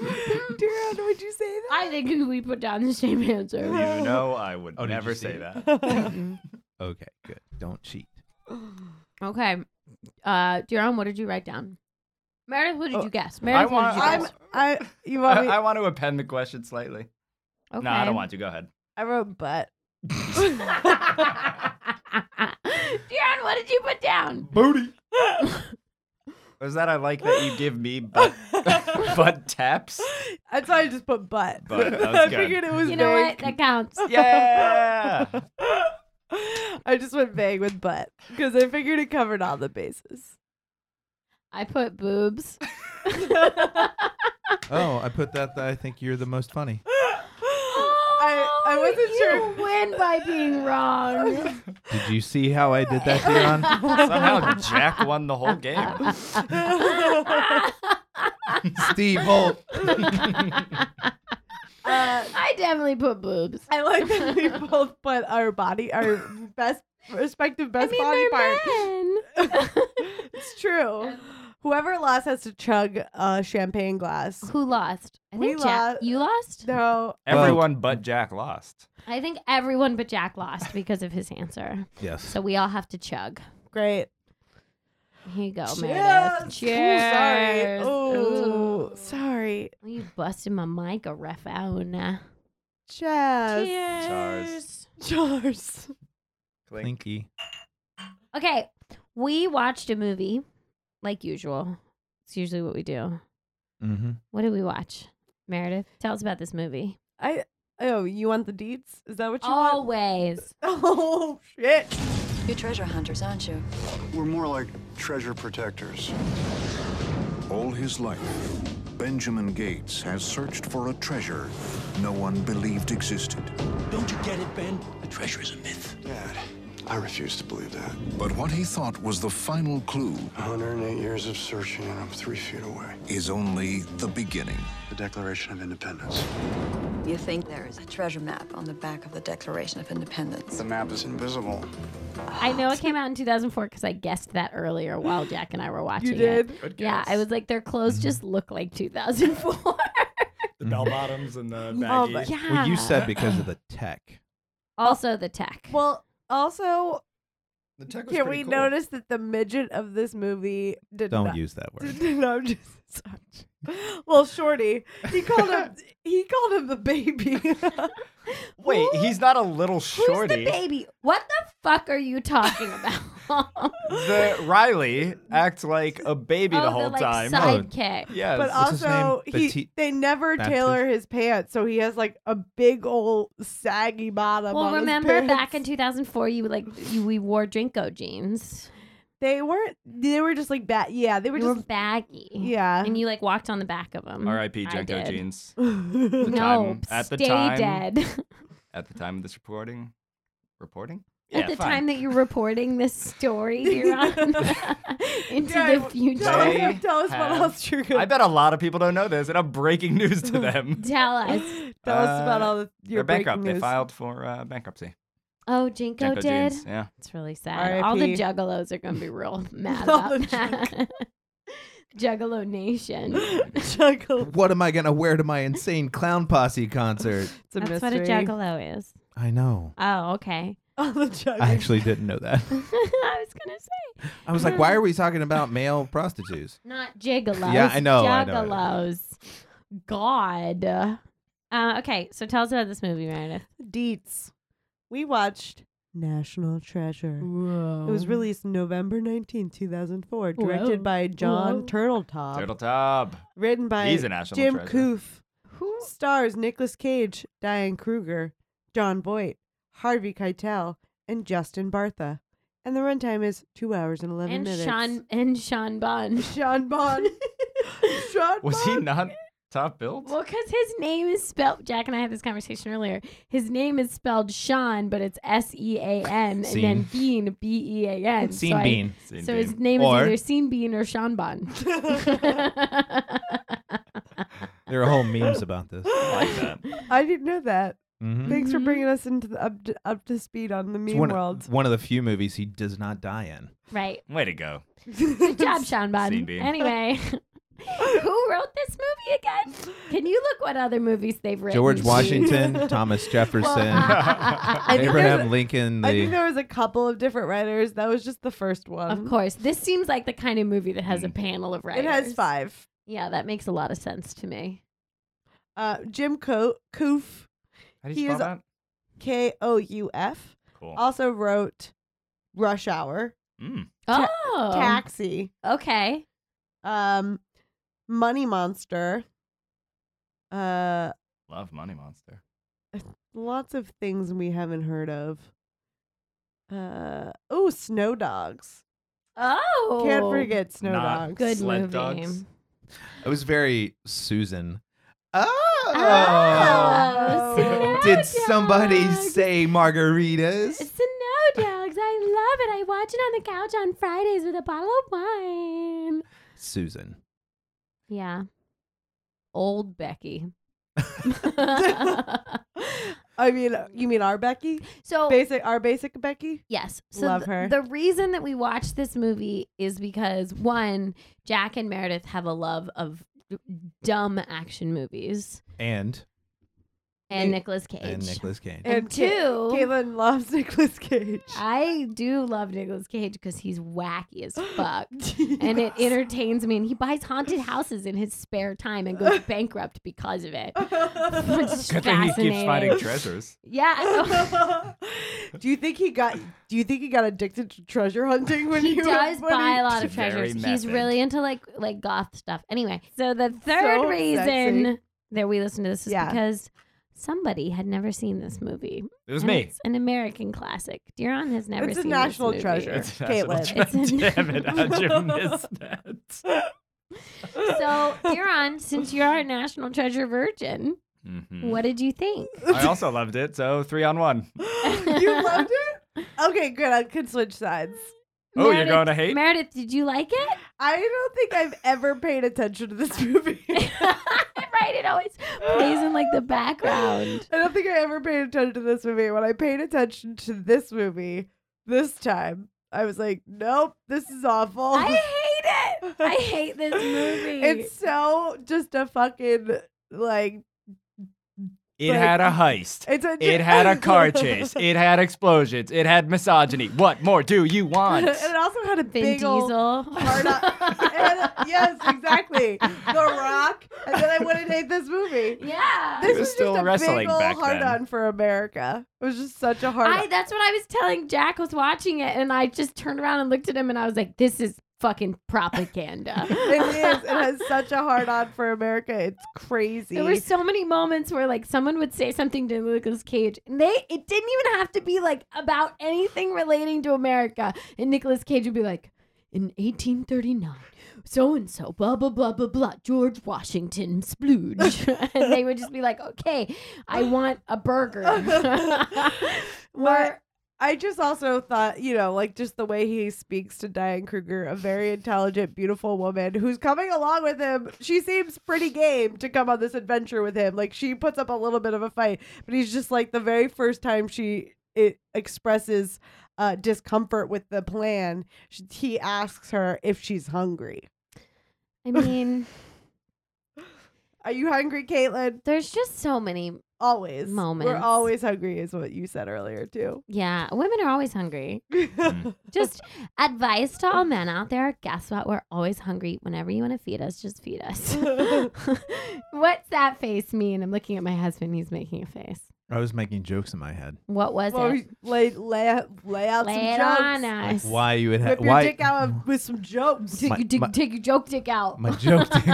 [SPEAKER 2] Duran, would you say that?
[SPEAKER 3] I think we put down the same answer.
[SPEAKER 4] You know, I would
[SPEAKER 5] Oh, did
[SPEAKER 4] never
[SPEAKER 5] you see
[SPEAKER 4] say
[SPEAKER 5] it?
[SPEAKER 4] that.
[SPEAKER 5] Okay, good. Don't cheat.
[SPEAKER 3] okay, uh, Duran, what did you write down? Meredith, what did
[SPEAKER 4] Oh,
[SPEAKER 3] you guess? Meredith,
[SPEAKER 4] want-
[SPEAKER 3] what did you
[SPEAKER 2] I'm.
[SPEAKER 3] guess?
[SPEAKER 2] I. You
[SPEAKER 4] I,
[SPEAKER 2] want me?
[SPEAKER 4] I want to append the question slightly.
[SPEAKER 3] Okay.
[SPEAKER 4] No, I don't want to. Go ahead.
[SPEAKER 2] I wrote butt.
[SPEAKER 3] Duran, what did you put down?
[SPEAKER 4] Booty. Was that I like that you give me butt, butt taps?
[SPEAKER 2] That's why I just put butt.
[SPEAKER 4] Butt, that was
[SPEAKER 2] I
[SPEAKER 4] good.
[SPEAKER 2] figured it was
[SPEAKER 3] You know what?
[SPEAKER 2] vague.
[SPEAKER 3] That counts.
[SPEAKER 4] Yeah.
[SPEAKER 2] I just went vague with butt because I figured it covered all the bases.
[SPEAKER 3] I put boobs.
[SPEAKER 5] Oh, I put that, that I think you're the most funny.
[SPEAKER 2] I I wasn't sure.
[SPEAKER 3] Oh, You win by being wrong.
[SPEAKER 5] Did you see how I did that, Dion?
[SPEAKER 4] Somehow Jack won the whole game.
[SPEAKER 5] Steve Holt.
[SPEAKER 3] I definitely put boobs.
[SPEAKER 2] I like that we both put our body, our best respective
[SPEAKER 3] I
[SPEAKER 2] best
[SPEAKER 3] mean,
[SPEAKER 2] body
[SPEAKER 3] they're
[SPEAKER 2] part.
[SPEAKER 3] men.
[SPEAKER 2] It's true. Whoever lost has to chug a champagne glass.
[SPEAKER 3] Who lost? I
[SPEAKER 2] We
[SPEAKER 3] think Jack.
[SPEAKER 2] lost.
[SPEAKER 3] You lost.
[SPEAKER 2] No,
[SPEAKER 4] Everyone but Jack lost.
[SPEAKER 3] I think everyone but Jack lost because of his answer.
[SPEAKER 5] Yes.
[SPEAKER 3] So we all have to chug.
[SPEAKER 2] great. Oh,
[SPEAKER 3] Here you go, Meredith.
[SPEAKER 2] Cheers. Ooh, sorry.
[SPEAKER 3] Cheers.
[SPEAKER 2] Oh,
[SPEAKER 3] Ooh.
[SPEAKER 2] sorry.
[SPEAKER 3] You busted my mic around.
[SPEAKER 2] Jazz.
[SPEAKER 4] Cheers.
[SPEAKER 2] Jars.
[SPEAKER 4] Clink.
[SPEAKER 5] Clinky.
[SPEAKER 3] Okay, we watched a movie, like usual. It's usually what we do.
[SPEAKER 5] Mm-hmm.
[SPEAKER 3] What did we watch, Meredith? Tell us about this movie.
[SPEAKER 2] I. Oh, you want the deets? Is that what you want?
[SPEAKER 3] Always.
[SPEAKER 2] Oh shit!
[SPEAKER 6] You treasure hunters, aren't you?
[SPEAKER 7] We're more like treasure protectors. All his life, Benjamin Gates has searched for a treasure no one believed existed.
[SPEAKER 8] Don't you get it, Ben? A treasure is a myth.
[SPEAKER 9] Dad, I refuse to believe that.
[SPEAKER 7] But what he thought was the final clue
[SPEAKER 9] 108 years of searching, and I'm three feet away.
[SPEAKER 7] is only the beginning.
[SPEAKER 9] The Declaration of Independence.
[SPEAKER 6] You think there is a treasure map on the back of the Declaration of Independence.
[SPEAKER 9] The map is invisible.
[SPEAKER 3] I know it came out in 2004 because I guessed that earlier while Jack and I were watching.
[SPEAKER 2] You did.
[SPEAKER 3] It. Yeah, I was like, their clothes just look like 2004.
[SPEAKER 4] The bell bottoms and the
[SPEAKER 2] Oh,
[SPEAKER 4] baggies.
[SPEAKER 3] yeah.
[SPEAKER 5] Well, you said because of the tech.
[SPEAKER 3] Also, the tech.
[SPEAKER 2] Well, also,
[SPEAKER 4] the tech was
[SPEAKER 2] can
[SPEAKER 4] pretty
[SPEAKER 2] we
[SPEAKER 4] cool.
[SPEAKER 2] notice that the midget of this movie did
[SPEAKER 5] Don't
[SPEAKER 2] not?
[SPEAKER 5] use that word.
[SPEAKER 2] no, I'm just sorry. Well, Shorty, he called him. he called him the baby.
[SPEAKER 4] Wait, he's not a little
[SPEAKER 3] Who's
[SPEAKER 4] shorty.
[SPEAKER 3] the baby? What the fuck are you talking about?
[SPEAKER 4] The Riley acts like a baby
[SPEAKER 3] oh,
[SPEAKER 4] the whole
[SPEAKER 3] like,
[SPEAKER 4] time. Oh,
[SPEAKER 3] Sidekick.
[SPEAKER 4] Yes.
[SPEAKER 2] but
[SPEAKER 5] What's his
[SPEAKER 2] also,
[SPEAKER 5] name?
[SPEAKER 2] he
[SPEAKER 5] Petit-
[SPEAKER 2] they never
[SPEAKER 5] Baptist?
[SPEAKER 2] tailor his pants, so he has like a big old saggy bottom.
[SPEAKER 3] Well,
[SPEAKER 2] on his
[SPEAKER 3] remember back
[SPEAKER 2] pants.
[SPEAKER 3] in 2004, you like you, we wore Drinko jeans.
[SPEAKER 2] they weren't. They were just like bad. Yeah, they were
[SPEAKER 3] You were
[SPEAKER 2] just
[SPEAKER 3] baggy.
[SPEAKER 2] yeah.
[SPEAKER 3] And you like walked on the back of them.
[SPEAKER 4] R.I.P.
[SPEAKER 3] I
[SPEAKER 4] Jenko
[SPEAKER 3] did.
[SPEAKER 4] jeans.
[SPEAKER 3] No,
[SPEAKER 4] time- at the
[SPEAKER 3] stay
[SPEAKER 4] time-
[SPEAKER 3] dead.
[SPEAKER 4] At the time of this reporting, reporting,
[SPEAKER 3] at
[SPEAKER 4] Yeah,
[SPEAKER 3] the
[SPEAKER 4] fine.
[SPEAKER 3] time that you're reporting this story you're on into
[SPEAKER 2] Yeah,
[SPEAKER 3] the future.
[SPEAKER 2] Tell
[SPEAKER 4] They
[SPEAKER 2] us, tell us what
[SPEAKER 4] have-
[SPEAKER 2] else you're
[SPEAKER 4] I
[SPEAKER 2] good.
[SPEAKER 4] bet a lot of people don't know this, and I'm breaking news to them.
[SPEAKER 3] Tell us.
[SPEAKER 2] Tell us about
[SPEAKER 4] Uh,
[SPEAKER 2] all the, your
[SPEAKER 4] They're bankrupt.
[SPEAKER 2] breaking
[SPEAKER 4] They
[SPEAKER 2] news.
[SPEAKER 4] filed for uh, bankruptcy.
[SPEAKER 3] Oh, Jinko,
[SPEAKER 4] Jenko
[SPEAKER 3] did.
[SPEAKER 4] Jeans, Yeah.
[SPEAKER 3] It's really sad. All the
[SPEAKER 2] R.I.P..
[SPEAKER 3] juggalos are gonna be real mad
[SPEAKER 2] All the
[SPEAKER 3] about that. Juggalo Nation.
[SPEAKER 2] Juggle.
[SPEAKER 5] What am I gonna wear to my insane clown posse concert?
[SPEAKER 2] It's a
[SPEAKER 3] That's
[SPEAKER 2] mystery.
[SPEAKER 3] what a juggalo is.
[SPEAKER 5] I know.
[SPEAKER 3] Oh, okay.
[SPEAKER 2] All the juggles.
[SPEAKER 5] I actually didn't know that.
[SPEAKER 3] I was gonna say
[SPEAKER 5] I was like, why are we talking about male prostitutes?
[SPEAKER 3] not gigolos.
[SPEAKER 5] Yeah, I know, I know, I know.
[SPEAKER 3] Juggalos. God. Uh, okay, so tell us about this movie, Meredith.
[SPEAKER 2] Deets. We watched National Treasure.
[SPEAKER 3] Whoa.
[SPEAKER 2] It was released November 19, 2004, directed
[SPEAKER 3] Whoa.
[SPEAKER 2] by John
[SPEAKER 3] Whoa.
[SPEAKER 2] Turtletop,
[SPEAKER 4] Turtle Tub.
[SPEAKER 2] written by
[SPEAKER 4] He's a national
[SPEAKER 2] Jim
[SPEAKER 4] treasure.
[SPEAKER 2] Koof,
[SPEAKER 3] Who?
[SPEAKER 2] stars Nicolas Cage, Diane Kruger, John Voight, Harvey Keitel, and Justin Bartha. And the runtime is 2 hours and 11
[SPEAKER 3] and
[SPEAKER 2] minutes.
[SPEAKER 3] Sean and Sean Bond.
[SPEAKER 2] Sean Bond. Sean
[SPEAKER 4] Was he
[SPEAKER 2] Bond.
[SPEAKER 4] not top billed?
[SPEAKER 3] Well, because his name is spelled. Jack and I had this conversation earlier. His name is spelled Sean, but it's S E A N, and then
[SPEAKER 5] Scene.
[SPEAKER 3] Bean, B E A N.
[SPEAKER 5] Scene
[SPEAKER 3] So I-
[SPEAKER 5] bean.
[SPEAKER 4] Seen
[SPEAKER 3] so
[SPEAKER 4] Bean.
[SPEAKER 3] his name is
[SPEAKER 5] Or-
[SPEAKER 3] either Scene Bean or Sean Bond.
[SPEAKER 5] There are whole memes about this.
[SPEAKER 4] I like that.
[SPEAKER 2] I didn't know that.
[SPEAKER 5] hmm
[SPEAKER 2] Thanks for
[SPEAKER 3] Mhm.
[SPEAKER 2] bringing us into the up to, up to speed on the meme
[SPEAKER 5] one,
[SPEAKER 2] world.
[SPEAKER 5] one of the few movies he does not die in.
[SPEAKER 3] right.
[SPEAKER 4] Way to go.
[SPEAKER 3] Good job, Sean
[SPEAKER 4] Scene
[SPEAKER 3] Bond.
[SPEAKER 4] bean.
[SPEAKER 3] Anyway, who wrote this movie again? Can you look what other movies they've written?
[SPEAKER 5] George Washington, Thomas Jefferson,
[SPEAKER 4] I
[SPEAKER 2] think there's
[SPEAKER 5] Abraham Lincoln.
[SPEAKER 2] I think
[SPEAKER 5] The
[SPEAKER 2] there was a couple of different writers. That was just the first one.
[SPEAKER 3] Of course. This seems like the kind of movie that
[SPEAKER 5] Mm.
[SPEAKER 3] has a panel of writers.
[SPEAKER 2] It has five.
[SPEAKER 3] Yeah, that makes a lot of sense to me.
[SPEAKER 2] Uh, Jim Co- Koof,
[SPEAKER 4] How do
[SPEAKER 2] He
[SPEAKER 4] you spell
[SPEAKER 2] is-
[SPEAKER 4] that?
[SPEAKER 2] K O U F,
[SPEAKER 4] Cool.
[SPEAKER 2] also wrote Rush Hour,
[SPEAKER 4] Mm.
[SPEAKER 2] Ta-
[SPEAKER 3] oh.
[SPEAKER 2] Taxi,
[SPEAKER 3] Okay.
[SPEAKER 2] um, Money Monster, uh,
[SPEAKER 4] Love Money Monster.
[SPEAKER 2] lots of things we haven't heard of. Uh, oh, Snow Dogs.
[SPEAKER 3] Oh.
[SPEAKER 2] Can't forget Snow
[SPEAKER 4] Not
[SPEAKER 2] Dogs.
[SPEAKER 3] Good
[SPEAKER 4] Sled
[SPEAKER 3] movie.
[SPEAKER 4] Dogs.
[SPEAKER 5] it was very Susan.
[SPEAKER 3] Oh,
[SPEAKER 2] Oh.
[SPEAKER 5] Did somebody
[SPEAKER 3] Dogs.
[SPEAKER 5] say margaritas?
[SPEAKER 3] It's the No Dogs. I love it. I watch it on the couch on Fridays with a bottle of wine.
[SPEAKER 5] Susan.
[SPEAKER 3] Yeah. Old Becky.
[SPEAKER 2] I mean, uh, you mean our Becky?
[SPEAKER 3] so
[SPEAKER 2] Basic, our basic Becky?
[SPEAKER 3] Yes. So
[SPEAKER 2] Love
[SPEAKER 3] th-
[SPEAKER 2] her.
[SPEAKER 3] the reason that we watched this movie is because one, Jack and Meredith have a love of d- dumb action movies
[SPEAKER 5] And
[SPEAKER 3] and
[SPEAKER 2] And-
[SPEAKER 3] Nicolas Cage.
[SPEAKER 5] and Nicolas Cage.
[SPEAKER 3] And
[SPEAKER 2] Kay-
[SPEAKER 3] two-
[SPEAKER 2] Caitlin loves Nicolas Cage.
[SPEAKER 3] I do love Nicolas Cage because he's wacky as fuck. And it entertains me. And he buys haunted houses in his spare time and goes bankrupt because of it. Which is
[SPEAKER 4] Good thing he keeps
[SPEAKER 3] fascinating.
[SPEAKER 4] finding treasures.
[SPEAKER 3] Yeah. I know.
[SPEAKER 2] do you think he got? Do you think he got addicted to treasure hunting when
[SPEAKER 3] he
[SPEAKER 2] you-
[SPEAKER 3] does
[SPEAKER 2] when
[SPEAKER 3] buy
[SPEAKER 2] he-
[SPEAKER 3] a lot of
[SPEAKER 4] Very
[SPEAKER 3] treasures. He's
[SPEAKER 4] method.
[SPEAKER 3] really into like like goth stuff. Anyway, so the third
[SPEAKER 2] So
[SPEAKER 3] reason
[SPEAKER 2] sexy.
[SPEAKER 3] that we listen to this is
[SPEAKER 2] Yeah.
[SPEAKER 3] because somebody had never seen this movie.
[SPEAKER 4] It was
[SPEAKER 3] And
[SPEAKER 4] me.
[SPEAKER 3] It's an American classic. Diron has never
[SPEAKER 2] It's a
[SPEAKER 3] seen
[SPEAKER 2] national
[SPEAKER 3] this movie.
[SPEAKER 2] treasure.
[SPEAKER 4] It's national
[SPEAKER 2] Caitlin.
[SPEAKER 4] tre-
[SPEAKER 3] It's a-
[SPEAKER 4] Damn it, how'd you miss that?
[SPEAKER 3] So, Diron, since you're our national treasure virgin,
[SPEAKER 4] Mhm.
[SPEAKER 2] Mm.
[SPEAKER 3] what did you think?
[SPEAKER 4] I also loved it, so three on one.
[SPEAKER 2] you loved it? Okay, good. I could switch sides.
[SPEAKER 4] Oh, you're going to hate?
[SPEAKER 3] Meredith, did you like it?
[SPEAKER 2] I don't think I've ever paid attention to this movie.
[SPEAKER 3] right, it always plays in like the background.
[SPEAKER 2] I don't think I ever paid attention to this movie. When I paid attention to this movie this time, I was like, nope, this is awful.
[SPEAKER 3] I hate it. I hate this movie.
[SPEAKER 2] It's so just a fucking like
[SPEAKER 4] It
[SPEAKER 2] Like-
[SPEAKER 4] had a heist.
[SPEAKER 2] it's a
[SPEAKER 4] It had a car chase. It had explosions. It had misogyny. What more do you
[SPEAKER 2] and
[SPEAKER 4] want?
[SPEAKER 2] it also had a
[SPEAKER 3] Vin
[SPEAKER 2] big
[SPEAKER 3] Diesel.
[SPEAKER 2] old hard and, yes, exactly. The Rock. And then I wouldn't hate this movie.
[SPEAKER 3] yeah.
[SPEAKER 2] This
[SPEAKER 4] was
[SPEAKER 2] was
[SPEAKER 4] still
[SPEAKER 2] just a
[SPEAKER 4] wrestling
[SPEAKER 2] big old
[SPEAKER 4] back
[SPEAKER 2] hard
[SPEAKER 4] then.
[SPEAKER 2] on for America. It was just such a hard
[SPEAKER 3] I, that's what I was telling Jack was watching it, and I just turned around and looked at him, and I was like, "This is fucking propaganda."
[SPEAKER 2] It is. It has such a hard on for America. It's crazy.
[SPEAKER 3] There were so many moments where like someone would say something to Nicolas Cage, and they it didn't even have to be like about anything relating to America, and Nicolas Cage would be like, "In 1839." So and so, blah blah blah blah blah. George Washington splooge, and they would just be like, "Okay, I want a burger."
[SPEAKER 2] What-
[SPEAKER 3] Or
[SPEAKER 2] I just also thought, you know, like just the way he speaks to Diane Kruger, a very intelligent, beautiful woman who's coming along with him. She seems pretty game to come on this adventure with him. Like she puts up a little bit of a fight, but he's just like the very first time she it expresses uh, discomfort with the plan, sh- he asks her if she's hungry.
[SPEAKER 3] I mean,
[SPEAKER 2] Are you hungry, Caitlin?
[SPEAKER 3] there's just so many.
[SPEAKER 2] Always. We're
[SPEAKER 3] Moments.
[SPEAKER 2] always hungry, is what you said earlier too.
[SPEAKER 3] Yeah, women are always hungry. Just advice to all men out there. Guess what? We're always hungry. Whenever you want to feed us, just feed us. What's that face mean? I'm looking at my husband. He's making a face.
[SPEAKER 5] I was making jokes in my head.
[SPEAKER 3] What was
[SPEAKER 2] Well,
[SPEAKER 3] it?
[SPEAKER 2] we lay, lay, lay out some
[SPEAKER 3] Lay it
[SPEAKER 2] jokes.
[SPEAKER 3] on us.
[SPEAKER 5] Why you would ha-
[SPEAKER 2] Whip your
[SPEAKER 5] why
[SPEAKER 2] dick out of- with some jokes.
[SPEAKER 5] My-
[SPEAKER 3] Take your dick-
[SPEAKER 5] my-
[SPEAKER 3] take your joke dick out.
[SPEAKER 5] my joke dick,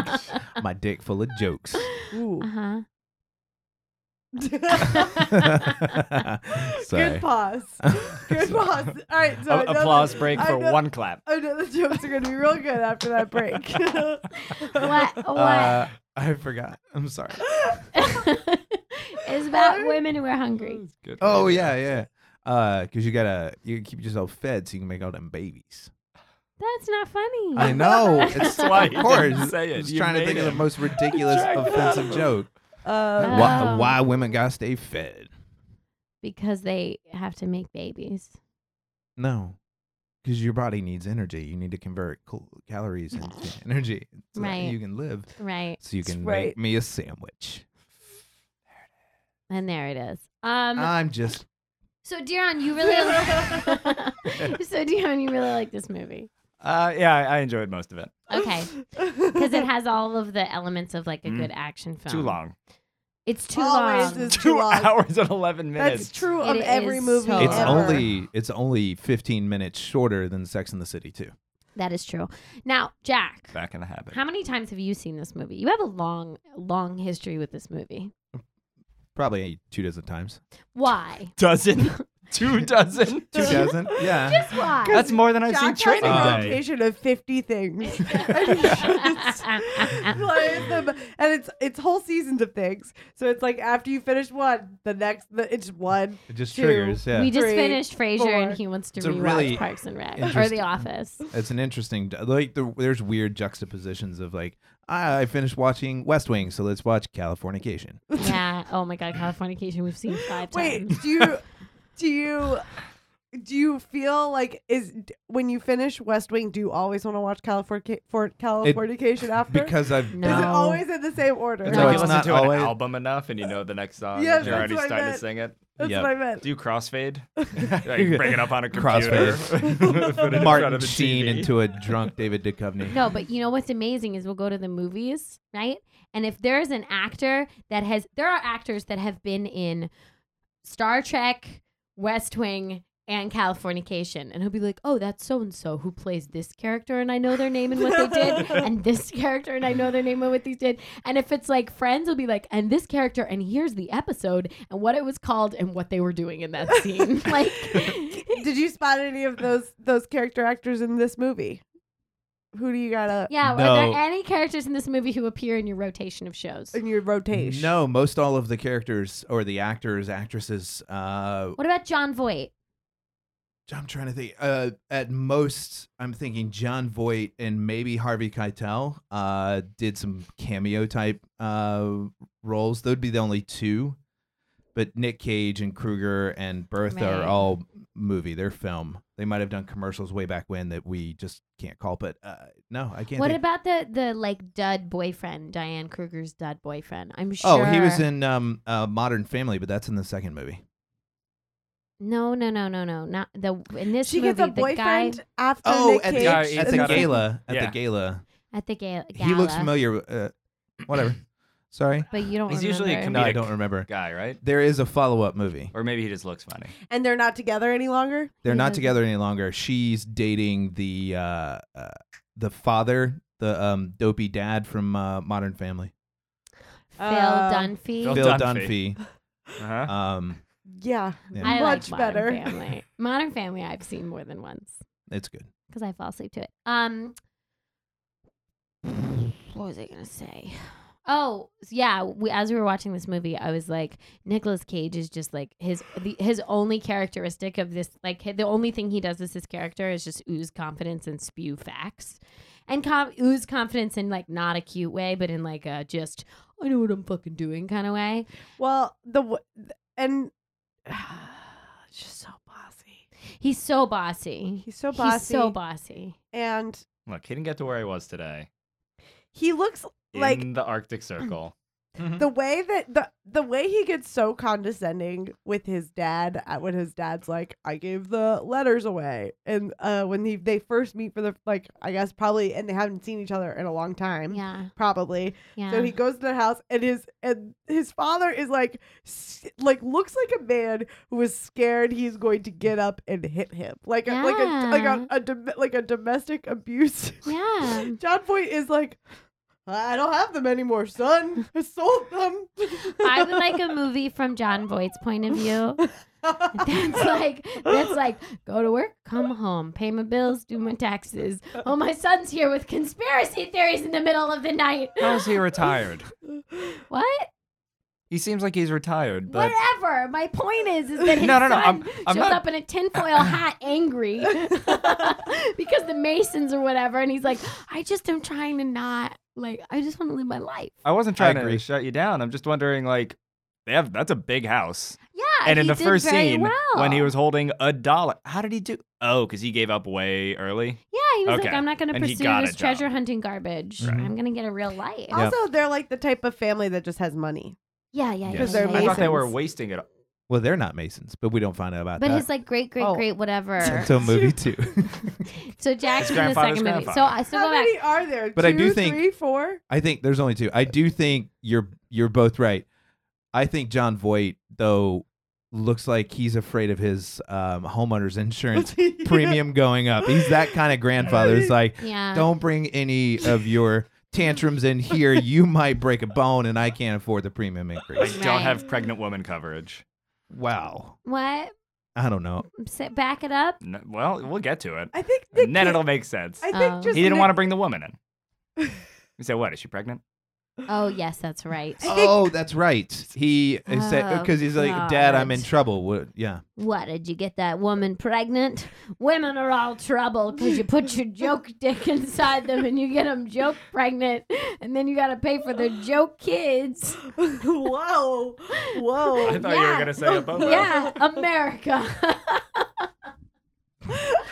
[SPEAKER 5] my dick full of jokes.
[SPEAKER 2] Ooh.
[SPEAKER 3] Uh huh.
[SPEAKER 5] Sorry. Uh,
[SPEAKER 2] Good pause. Good pause. All right. So
[SPEAKER 4] A-
[SPEAKER 2] another-
[SPEAKER 4] applause break for
[SPEAKER 2] another-
[SPEAKER 4] one clap.
[SPEAKER 2] I know the jokes are going to be real good after that break. Um,
[SPEAKER 3] What? What?
[SPEAKER 5] Uh, I forgot. I'm sorry.
[SPEAKER 3] it's about women who are hungry.
[SPEAKER 4] Good.
[SPEAKER 5] Oh yeah, yeah. Uh, cause you gotta you gotta keep yourself fed so you can make all them babies.
[SPEAKER 3] That's not funny.
[SPEAKER 5] I know. It's
[SPEAKER 4] That's why
[SPEAKER 5] of
[SPEAKER 4] you
[SPEAKER 5] course.
[SPEAKER 4] didn't say it.
[SPEAKER 5] Just
[SPEAKER 4] You
[SPEAKER 5] trying to
[SPEAKER 4] made
[SPEAKER 5] think of the
[SPEAKER 4] it.
[SPEAKER 5] most ridiculous,
[SPEAKER 4] Dragged it out
[SPEAKER 5] offensive
[SPEAKER 4] of him.
[SPEAKER 5] joke.
[SPEAKER 2] Uh,
[SPEAKER 5] Why,
[SPEAKER 3] Oh.
[SPEAKER 5] why women gotta stay fed?
[SPEAKER 3] because they have to make babies.
[SPEAKER 5] No, because your body needs energy. You need to convert cal- calories into energy so that
[SPEAKER 3] Right.
[SPEAKER 5] you can live.
[SPEAKER 3] Right.
[SPEAKER 5] So you can
[SPEAKER 2] right.
[SPEAKER 5] make me a sandwich.
[SPEAKER 3] And there it is. Um
[SPEAKER 5] I'm just
[SPEAKER 3] so Dion, you really So Dion, you really like this movie.
[SPEAKER 4] Uh, yeah, I I enjoyed most of it.
[SPEAKER 3] Okay. Cuz it has all of the elements of like a
[SPEAKER 5] Mm.
[SPEAKER 3] good action film.
[SPEAKER 4] Too long.
[SPEAKER 3] It's too
[SPEAKER 2] Always
[SPEAKER 3] long.
[SPEAKER 2] is too
[SPEAKER 4] Two
[SPEAKER 2] long.
[SPEAKER 4] hours and eleven minutes.
[SPEAKER 2] That's true of
[SPEAKER 3] It
[SPEAKER 2] every
[SPEAKER 3] is
[SPEAKER 2] movie.
[SPEAKER 3] so
[SPEAKER 4] Oh,
[SPEAKER 5] it's
[SPEAKER 3] Ever.
[SPEAKER 5] only it's only 15 minutes shorter than Sex in the City too.
[SPEAKER 3] that is true. Now, Jack,
[SPEAKER 4] Back in the habit.
[SPEAKER 3] how many times have you seen this movie? You have a long long history with this movie.
[SPEAKER 5] Probably two dozen times.
[SPEAKER 3] Why?
[SPEAKER 4] dozen? Two dozen?
[SPEAKER 5] Two dozen? Yeah.
[SPEAKER 3] Just why?
[SPEAKER 4] That's more than I've
[SPEAKER 2] Jack
[SPEAKER 4] seen
[SPEAKER 2] has
[SPEAKER 4] training
[SPEAKER 2] a
[SPEAKER 5] Day.
[SPEAKER 2] rotation of fifty things. And he just plays them. and it's it's whole seasons of things. So it's like after you finish one, the next the, it's one.
[SPEAKER 5] It just
[SPEAKER 2] Two.
[SPEAKER 5] triggers. Yeah.
[SPEAKER 3] we just
[SPEAKER 2] Three,
[SPEAKER 3] finished Frasier and
[SPEAKER 2] four.
[SPEAKER 3] he wants to
[SPEAKER 5] It's a
[SPEAKER 3] rewatch
[SPEAKER 5] really
[SPEAKER 3] Parks and Rec or
[SPEAKER 5] interesting-
[SPEAKER 3] The Office.
[SPEAKER 5] it's an interesting like the, there's weird juxtapositions of like I, I finished watching West Wing, so let's watch Californication.
[SPEAKER 3] yeah. Oh my God, Californication. We've seen five
[SPEAKER 2] Wait,
[SPEAKER 3] times.
[SPEAKER 2] do you do you do you feel like is d- when you finish West Wing, do you always want to watch California for Californication after?
[SPEAKER 5] Because I've
[SPEAKER 3] No.
[SPEAKER 2] is it always in the same order?
[SPEAKER 4] It's
[SPEAKER 3] No.
[SPEAKER 4] like
[SPEAKER 3] It's
[SPEAKER 4] you listen
[SPEAKER 5] not
[SPEAKER 4] to
[SPEAKER 5] always-
[SPEAKER 4] an album enough and you know the next song.
[SPEAKER 2] Yeah,
[SPEAKER 4] Yeah, you're
[SPEAKER 2] that's
[SPEAKER 4] already
[SPEAKER 2] what I
[SPEAKER 4] starting to
[SPEAKER 2] meant.
[SPEAKER 4] sing it.
[SPEAKER 2] That's
[SPEAKER 5] Yep.
[SPEAKER 2] what I meant.
[SPEAKER 4] Do you crossfade? like bring it up on a computer.
[SPEAKER 5] Crossfade.
[SPEAKER 4] Put it in front
[SPEAKER 5] Martin
[SPEAKER 4] of a
[SPEAKER 5] Sheen
[SPEAKER 4] TV.
[SPEAKER 5] into a drunk David Duchovny.
[SPEAKER 3] No, but you know what's amazing is we'll go to the movies, right? And if there's an actor that has, there are actors that have been in Star Trek, West Wing, and Californication. And he'll be like, oh, that's so and so who plays this character and I know their name and what they did, and this character and I know their name and what they did. And if it's like Friends, it'll be like, and this character, and here's the episode, and what it was called, and what they were doing in that scene. like,
[SPEAKER 2] Did you spot any of those those character actors in this movie? Who do you gotta
[SPEAKER 3] yeah, are
[SPEAKER 5] No.
[SPEAKER 3] there any characters in this movie who appear in your rotation of shows?
[SPEAKER 2] in your rotation?
[SPEAKER 5] No, most all of the characters or the actors, actresses, uh,
[SPEAKER 3] What about John Voight?
[SPEAKER 5] I'm trying to think. Uh, at most, I'm thinking John Voight and maybe Harvey Keitel uh, did some cameo type uh, roles. Those would be the only two. But Nick Cage and Kruger and Bertha
[SPEAKER 3] Right.
[SPEAKER 5] are all movie. They're film. They might have done commercials way back when that we just can't call. But uh, no, I can't.
[SPEAKER 3] What
[SPEAKER 5] think.
[SPEAKER 3] about the the like dud boyfriend, Diane Kruger's dud boyfriend? I'm sure.
[SPEAKER 5] Oh, he was in um, uh, Modern Family, but that's in the second movie.
[SPEAKER 3] No, no, no, no, no. Not the in this
[SPEAKER 2] She
[SPEAKER 3] movie.
[SPEAKER 2] gets a
[SPEAKER 3] the guy
[SPEAKER 2] boyfriend after
[SPEAKER 5] Oh,
[SPEAKER 2] Nick
[SPEAKER 5] at
[SPEAKER 2] Cage.
[SPEAKER 5] the,
[SPEAKER 2] and
[SPEAKER 4] Yeah,
[SPEAKER 5] at
[SPEAKER 4] it's
[SPEAKER 5] the
[SPEAKER 4] got
[SPEAKER 2] then-
[SPEAKER 4] a-
[SPEAKER 5] gala. At
[SPEAKER 4] Yeah.
[SPEAKER 5] the gala.
[SPEAKER 3] at the ga- gala.
[SPEAKER 5] He looks familiar. Uh, whatever. Sorry.
[SPEAKER 3] but you don't.
[SPEAKER 4] He's
[SPEAKER 3] remember.
[SPEAKER 4] usually a
[SPEAKER 5] No, I
[SPEAKER 4] comedic
[SPEAKER 5] don't remember.
[SPEAKER 4] guy, right?
[SPEAKER 5] There is a follow up movie.
[SPEAKER 4] Or maybe he just looks funny.
[SPEAKER 2] and they're not together any longer.
[SPEAKER 5] They're
[SPEAKER 3] He
[SPEAKER 5] not
[SPEAKER 3] does-
[SPEAKER 5] together any longer. She's dating the uh, uh, the father, the um, dopey dad from uh, Modern Family,
[SPEAKER 3] Phil
[SPEAKER 2] Uh,
[SPEAKER 3] Dunphy.
[SPEAKER 4] Phil
[SPEAKER 5] Phil
[SPEAKER 4] Dunphy.
[SPEAKER 5] Dunphy.
[SPEAKER 4] Uh-huh.
[SPEAKER 5] Um,
[SPEAKER 2] Yeah,
[SPEAKER 5] yeah,
[SPEAKER 3] I
[SPEAKER 2] Much
[SPEAKER 3] like Modern
[SPEAKER 2] better.
[SPEAKER 3] Family. Modern Family. I've seen more than once
[SPEAKER 5] it's good.
[SPEAKER 3] because I fall asleep to it. Um, what was I gonna say? Oh yeah, we, as we were watching this movie, I was like, Nicolas Cage is just like his the, his only characteristic of this like hi- the only thing he does as his character is just ooze confidence and spew facts, and com- ooze confidence in like not a cute way, but in like a just I know what I'm fucking doing kind of way.
[SPEAKER 2] Well, the w- and it's just so bossy.
[SPEAKER 3] He's so bossy.
[SPEAKER 2] He's so bossy.
[SPEAKER 3] He's so bossy.
[SPEAKER 2] and
[SPEAKER 10] Look, he didn't get to where he was today.
[SPEAKER 2] he looks like
[SPEAKER 10] in the Arctic Circle.
[SPEAKER 2] the way that the the way he gets so condescending with his dad at when his dad's like i gave the letters away and uh when he, they first meet for the like i guess probably and they haven't seen each other in a long time
[SPEAKER 3] Yeah.
[SPEAKER 2] probably
[SPEAKER 3] Yeah.
[SPEAKER 2] Um, so he goes to their house and his and his father is like s- like looks like a man who is scared he's going to get up and hit him like a, like a like
[SPEAKER 3] Yeah.
[SPEAKER 2] a, a dom- like a domestic abuse
[SPEAKER 3] yeah.
[SPEAKER 2] John Voight is like, I don't have them anymore, son. I sold them.
[SPEAKER 3] I would like a movie from John Voight's point of view. That's like that's like go to work, come home, pay my bills, do my taxes. Oh, my son's here with conspiracy theories in the middle of the night.
[SPEAKER 4] How is he retired?
[SPEAKER 3] What?
[SPEAKER 4] He seems like he's retired, but
[SPEAKER 3] Whatever. My point is, is that his
[SPEAKER 4] No, no, no,
[SPEAKER 3] son
[SPEAKER 4] I'm- I'm
[SPEAKER 3] shows
[SPEAKER 4] not-
[SPEAKER 3] up in a tinfoil hat, angry because the Masons or whatever, and he's like, I just am trying to not like, I just want to live my life.
[SPEAKER 4] I wasn't trying
[SPEAKER 5] agree.
[SPEAKER 4] to shut you down. I'm just wondering, like, they have that's a big house.
[SPEAKER 3] Yeah.
[SPEAKER 4] and in
[SPEAKER 3] Uh, he
[SPEAKER 4] the
[SPEAKER 3] did
[SPEAKER 4] first
[SPEAKER 3] very
[SPEAKER 4] scene, when he
[SPEAKER 3] well.
[SPEAKER 4] was holding a dollar, how did he do? Oh, because he gave up way early.
[SPEAKER 3] Yeah, he was like,
[SPEAKER 4] Okay.
[SPEAKER 3] I'm not going to
[SPEAKER 4] And he
[SPEAKER 3] pursue
[SPEAKER 4] got a
[SPEAKER 3] this treasure
[SPEAKER 4] job.
[SPEAKER 3] hunting garbage.
[SPEAKER 4] Right.
[SPEAKER 3] I'm going to get a real life.
[SPEAKER 5] Yeah.
[SPEAKER 2] Also, they're like the type of family that just has money.
[SPEAKER 3] Yeah, yeah, yeah.
[SPEAKER 5] Because
[SPEAKER 3] yeah,
[SPEAKER 2] they're
[SPEAKER 3] yeah,
[SPEAKER 4] I thought they
[SPEAKER 3] yeah.
[SPEAKER 4] were wasting it.
[SPEAKER 5] Well, they're not Masons, but we don't find out about
[SPEAKER 3] But
[SPEAKER 5] that
[SPEAKER 3] his like great, great,
[SPEAKER 2] Oh.
[SPEAKER 3] great, whatever.
[SPEAKER 5] until movie two.
[SPEAKER 3] so Jack's in the
[SPEAKER 4] grandfather's
[SPEAKER 3] second movie. So
[SPEAKER 4] grandfather.
[SPEAKER 3] I so
[SPEAKER 2] How
[SPEAKER 3] go back.
[SPEAKER 2] many are there?
[SPEAKER 5] But I
[SPEAKER 2] Two,
[SPEAKER 5] do think-
[SPEAKER 2] three, four?
[SPEAKER 5] I think there's only two. I do think you're you're both right. I think John Voight though looks like he's afraid of his um, homeowner's insurance premium going up. He's that kind of grandfather. It's like,
[SPEAKER 3] Yeah.
[SPEAKER 5] don't bring any of your tantrums in here. You might break a bone, and I can't afford the premium
[SPEAKER 4] I
[SPEAKER 5] increase.
[SPEAKER 3] Right.
[SPEAKER 4] don't have pregnant woman coverage.
[SPEAKER 5] Wow.
[SPEAKER 3] What?
[SPEAKER 5] I don't know.
[SPEAKER 3] Sit, back it up.
[SPEAKER 4] No, well, we'll get to it.
[SPEAKER 2] I think
[SPEAKER 4] And then
[SPEAKER 2] Nick-
[SPEAKER 4] it'll make sense.
[SPEAKER 2] I
[SPEAKER 3] Oh.
[SPEAKER 2] think just
[SPEAKER 4] He didn't
[SPEAKER 2] Nick-
[SPEAKER 4] want to bring the woman in. He said, "What? Is she pregnant?"
[SPEAKER 3] Oh yes, that's right.
[SPEAKER 2] I think-
[SPEAKER 5] Oh, that's right. He he said
[SPEAKER 3] Oh,
[SPEAKER 5] because he's like, Dad, I'm
[SPEAKER 3] God.
[SPEAKER 5] in trouble. What? Yeah.
[SPEAKER 3] What did you get that woman pregnant? Women are all trouble because you put your joke dick inside them and you get them joke pregnant, and then you got to pay for their joke kids.
[SPEAKER 2] whoa, whoa.
[SPEAKER 4] I thought you were
[SPEAKER 3] Yeah.
[SPEAKER 4] gonna say a bobo.
[SPEAKER 3] Yeah, America.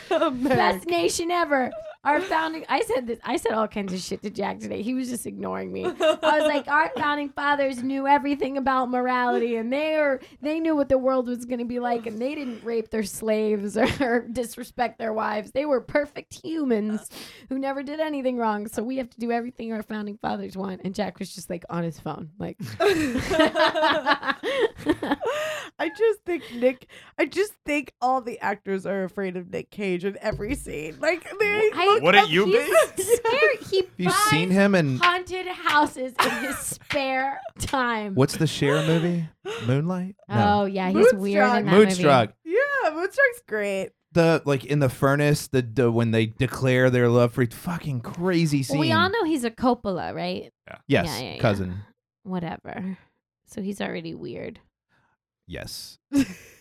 [SPEAKER 3] Best
[SPEAKER 2] America.
[SPEAKER 3] nation ever. Our founding. I said this. I said all kinds of shit to Jack today. He was just ignoring me. I was like, our founding fathers knew everything about morality, and they are they knew what the world was going to be like, and they didn't rape their slaves or disrespect their wives. They were perfect humans who never did anything wrong. So we have to do everything our founding fathers want. And Jack was just like on his phone, like.
[SPEAKER 2] I just think Nick. I just think all the actors are afraid of Nick Cage in every scene. Like they
[SPEAKER 3] I-
[SPEAKER 2] look
[SPEAKER 4] Wouldn't
[SPEAKER 3] oh,
[SPEAKER 4] you
[SPEAKER 3] he's Scary. He
[SPEAKER 5] Have you
[SPEAKER 3] buys
[SPEAKER 5] seen him in
[SPEAKER 3] haunted houses in his spare time.
[SPEAKER 5] what's the Cher movie? Moonlight?
[SPEAKER 3] Oh yeah, he's weird in that movie.
[SPEAKER 5] Moonstruck.
[SPEAKER 2] Yeah, Moonstruck's great.
[SPEAKER 5] the like in the furnace the, the when they declare their love for fucking crazy scene.
[SPEAKER 3] Well, we all know he's a Coppola, right?
[SPEAKER 5] yes,
[SPEAKER 3] Yeah, yeah, yeah.
[SPEAKER 5] cousin.
[SPEAKER 3] Whatever. So he's already weird.
[SPEAKER 5] Yes.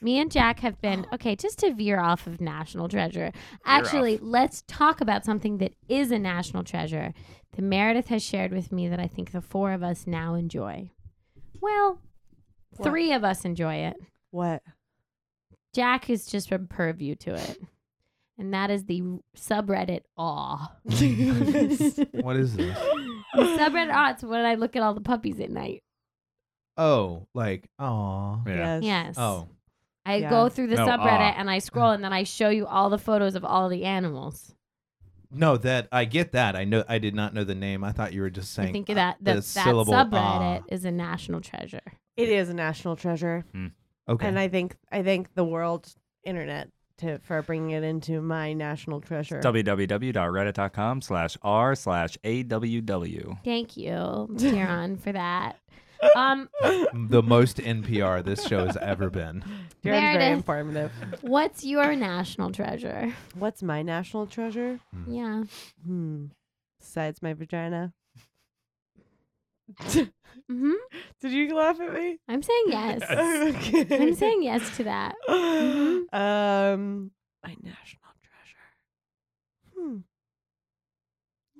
[SPEAKER 3] Me and Jack have been okay. Just to veer off of National Treasure, actually, let's talk about something that is a national treasure that Meredith has shared with me that I think the four of us now enjoy. Well,
[SPEAKER 2] What?
[SPEAKER 3] three of us enjoy it.
[SPEAKER 2] What?
[SPEAKER 3] Jack is just a purview to it, and that is the subreddit awe.
[SPEAKER 5] What is this?
[SPEAKER 3] subreddit awe. It's when I look at all the puppies at night.
[SPEAKER 5] Oh, like oh.
[SPEAKER 4] Yeah.
[SPEAKER 3] Yes.
[SPEAKER 5] Oh.
[SPEAKER 3] I
[SPEAKER 2] Yeah.
[SPEAKER 3] go through the
[SPEAKER 4] No,
[SPEAKER 3] subreddit
[SPEAKER 4] ah.
[SPEAKER 3] and I scroll and then I show you all the photos of all the animals.
[SPEAKER 5] No, that I get that. I know I did not know the name. I thought you were just saying
[SPEAKER 3] I think
[SPEAKER 5] uh,
[SPEAKER 3] that
[SPEAKER 5] the
[SPEAKER 3] that, that
[SPEAKER 5] syllable
[SPEAKER 3] subreddit
[SPEAKER 5] ah.
[SPEAKER 3] is a national treasure.
[SPEAKER 2] It is a national treasure,
[SPEAKER 5] Okay.
[SPEAKER 2] and I think I thank the world internet to for bringing it into my national treasure.
[SPEAKER 4] www.reddit.com slash r slash aww.
[SPEAKER 3] Thank you, Darren, for that. Um,
[SPEAKER 5] the most NPR this show has ever been.
[SPEAKER 2] Darren's very
[SPEAKER 3] Meredith.
[SPEAKER 2] informative.
[SPEAKER 3] what's your national treasure?
[SPEAKER 2] What's my national
[SPEAKER 5] Hmm.
[SPEAKER 2] treasure?
[SPEAKER 3] Yeah.
[SPEAKER 2] Hmm. Besides my vagina.
[SPEAKER 3] hmm
[SPEAKER 2] Did you laugh at me?
[SPEAKER 3] I'm saying yes.
[SPEAKER 2] Okay.
[SPEAKER 3] I'm saying yes to that. Mhm.
[SPEAKER 2] mm-hmm. Um, my national treasure. Hmm.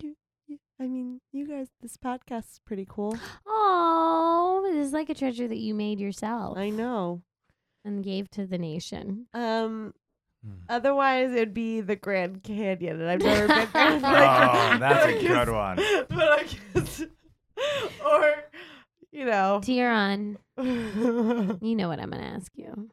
[SPEAKER 2] You, you, I mean, you guys, this podcast is pretty cool.
[SPEAKER 3] Oh, this is like a treasure that you made yourself
[SPEAKER 2] I know.
[SPEAKER 3] and gave to the nation.
[SPEAKER 2] Um,
[SPEAKER 5] Hmm.
[SPEAKER 2] otherwise it'd be the Grand Canyon, and I've never been there. but I
[SPEAKER 4] Oh,
[SPEAKER 2] guess-
[SPEAKER 4] that's
[SPEAKER 2] I
[SPEAKER 4] a
[SPEAKER 2] guess-
[SPEAKER 4] good one.
[SPEAKER 2] But I guess, or you
[SPEAKER 4] Oh.
[SPEAKER 2] know,
[SPEAKER 3] Dearon,
[SPEAKER 2] of
[SPEAKER 3] you know what I'm going to ask you.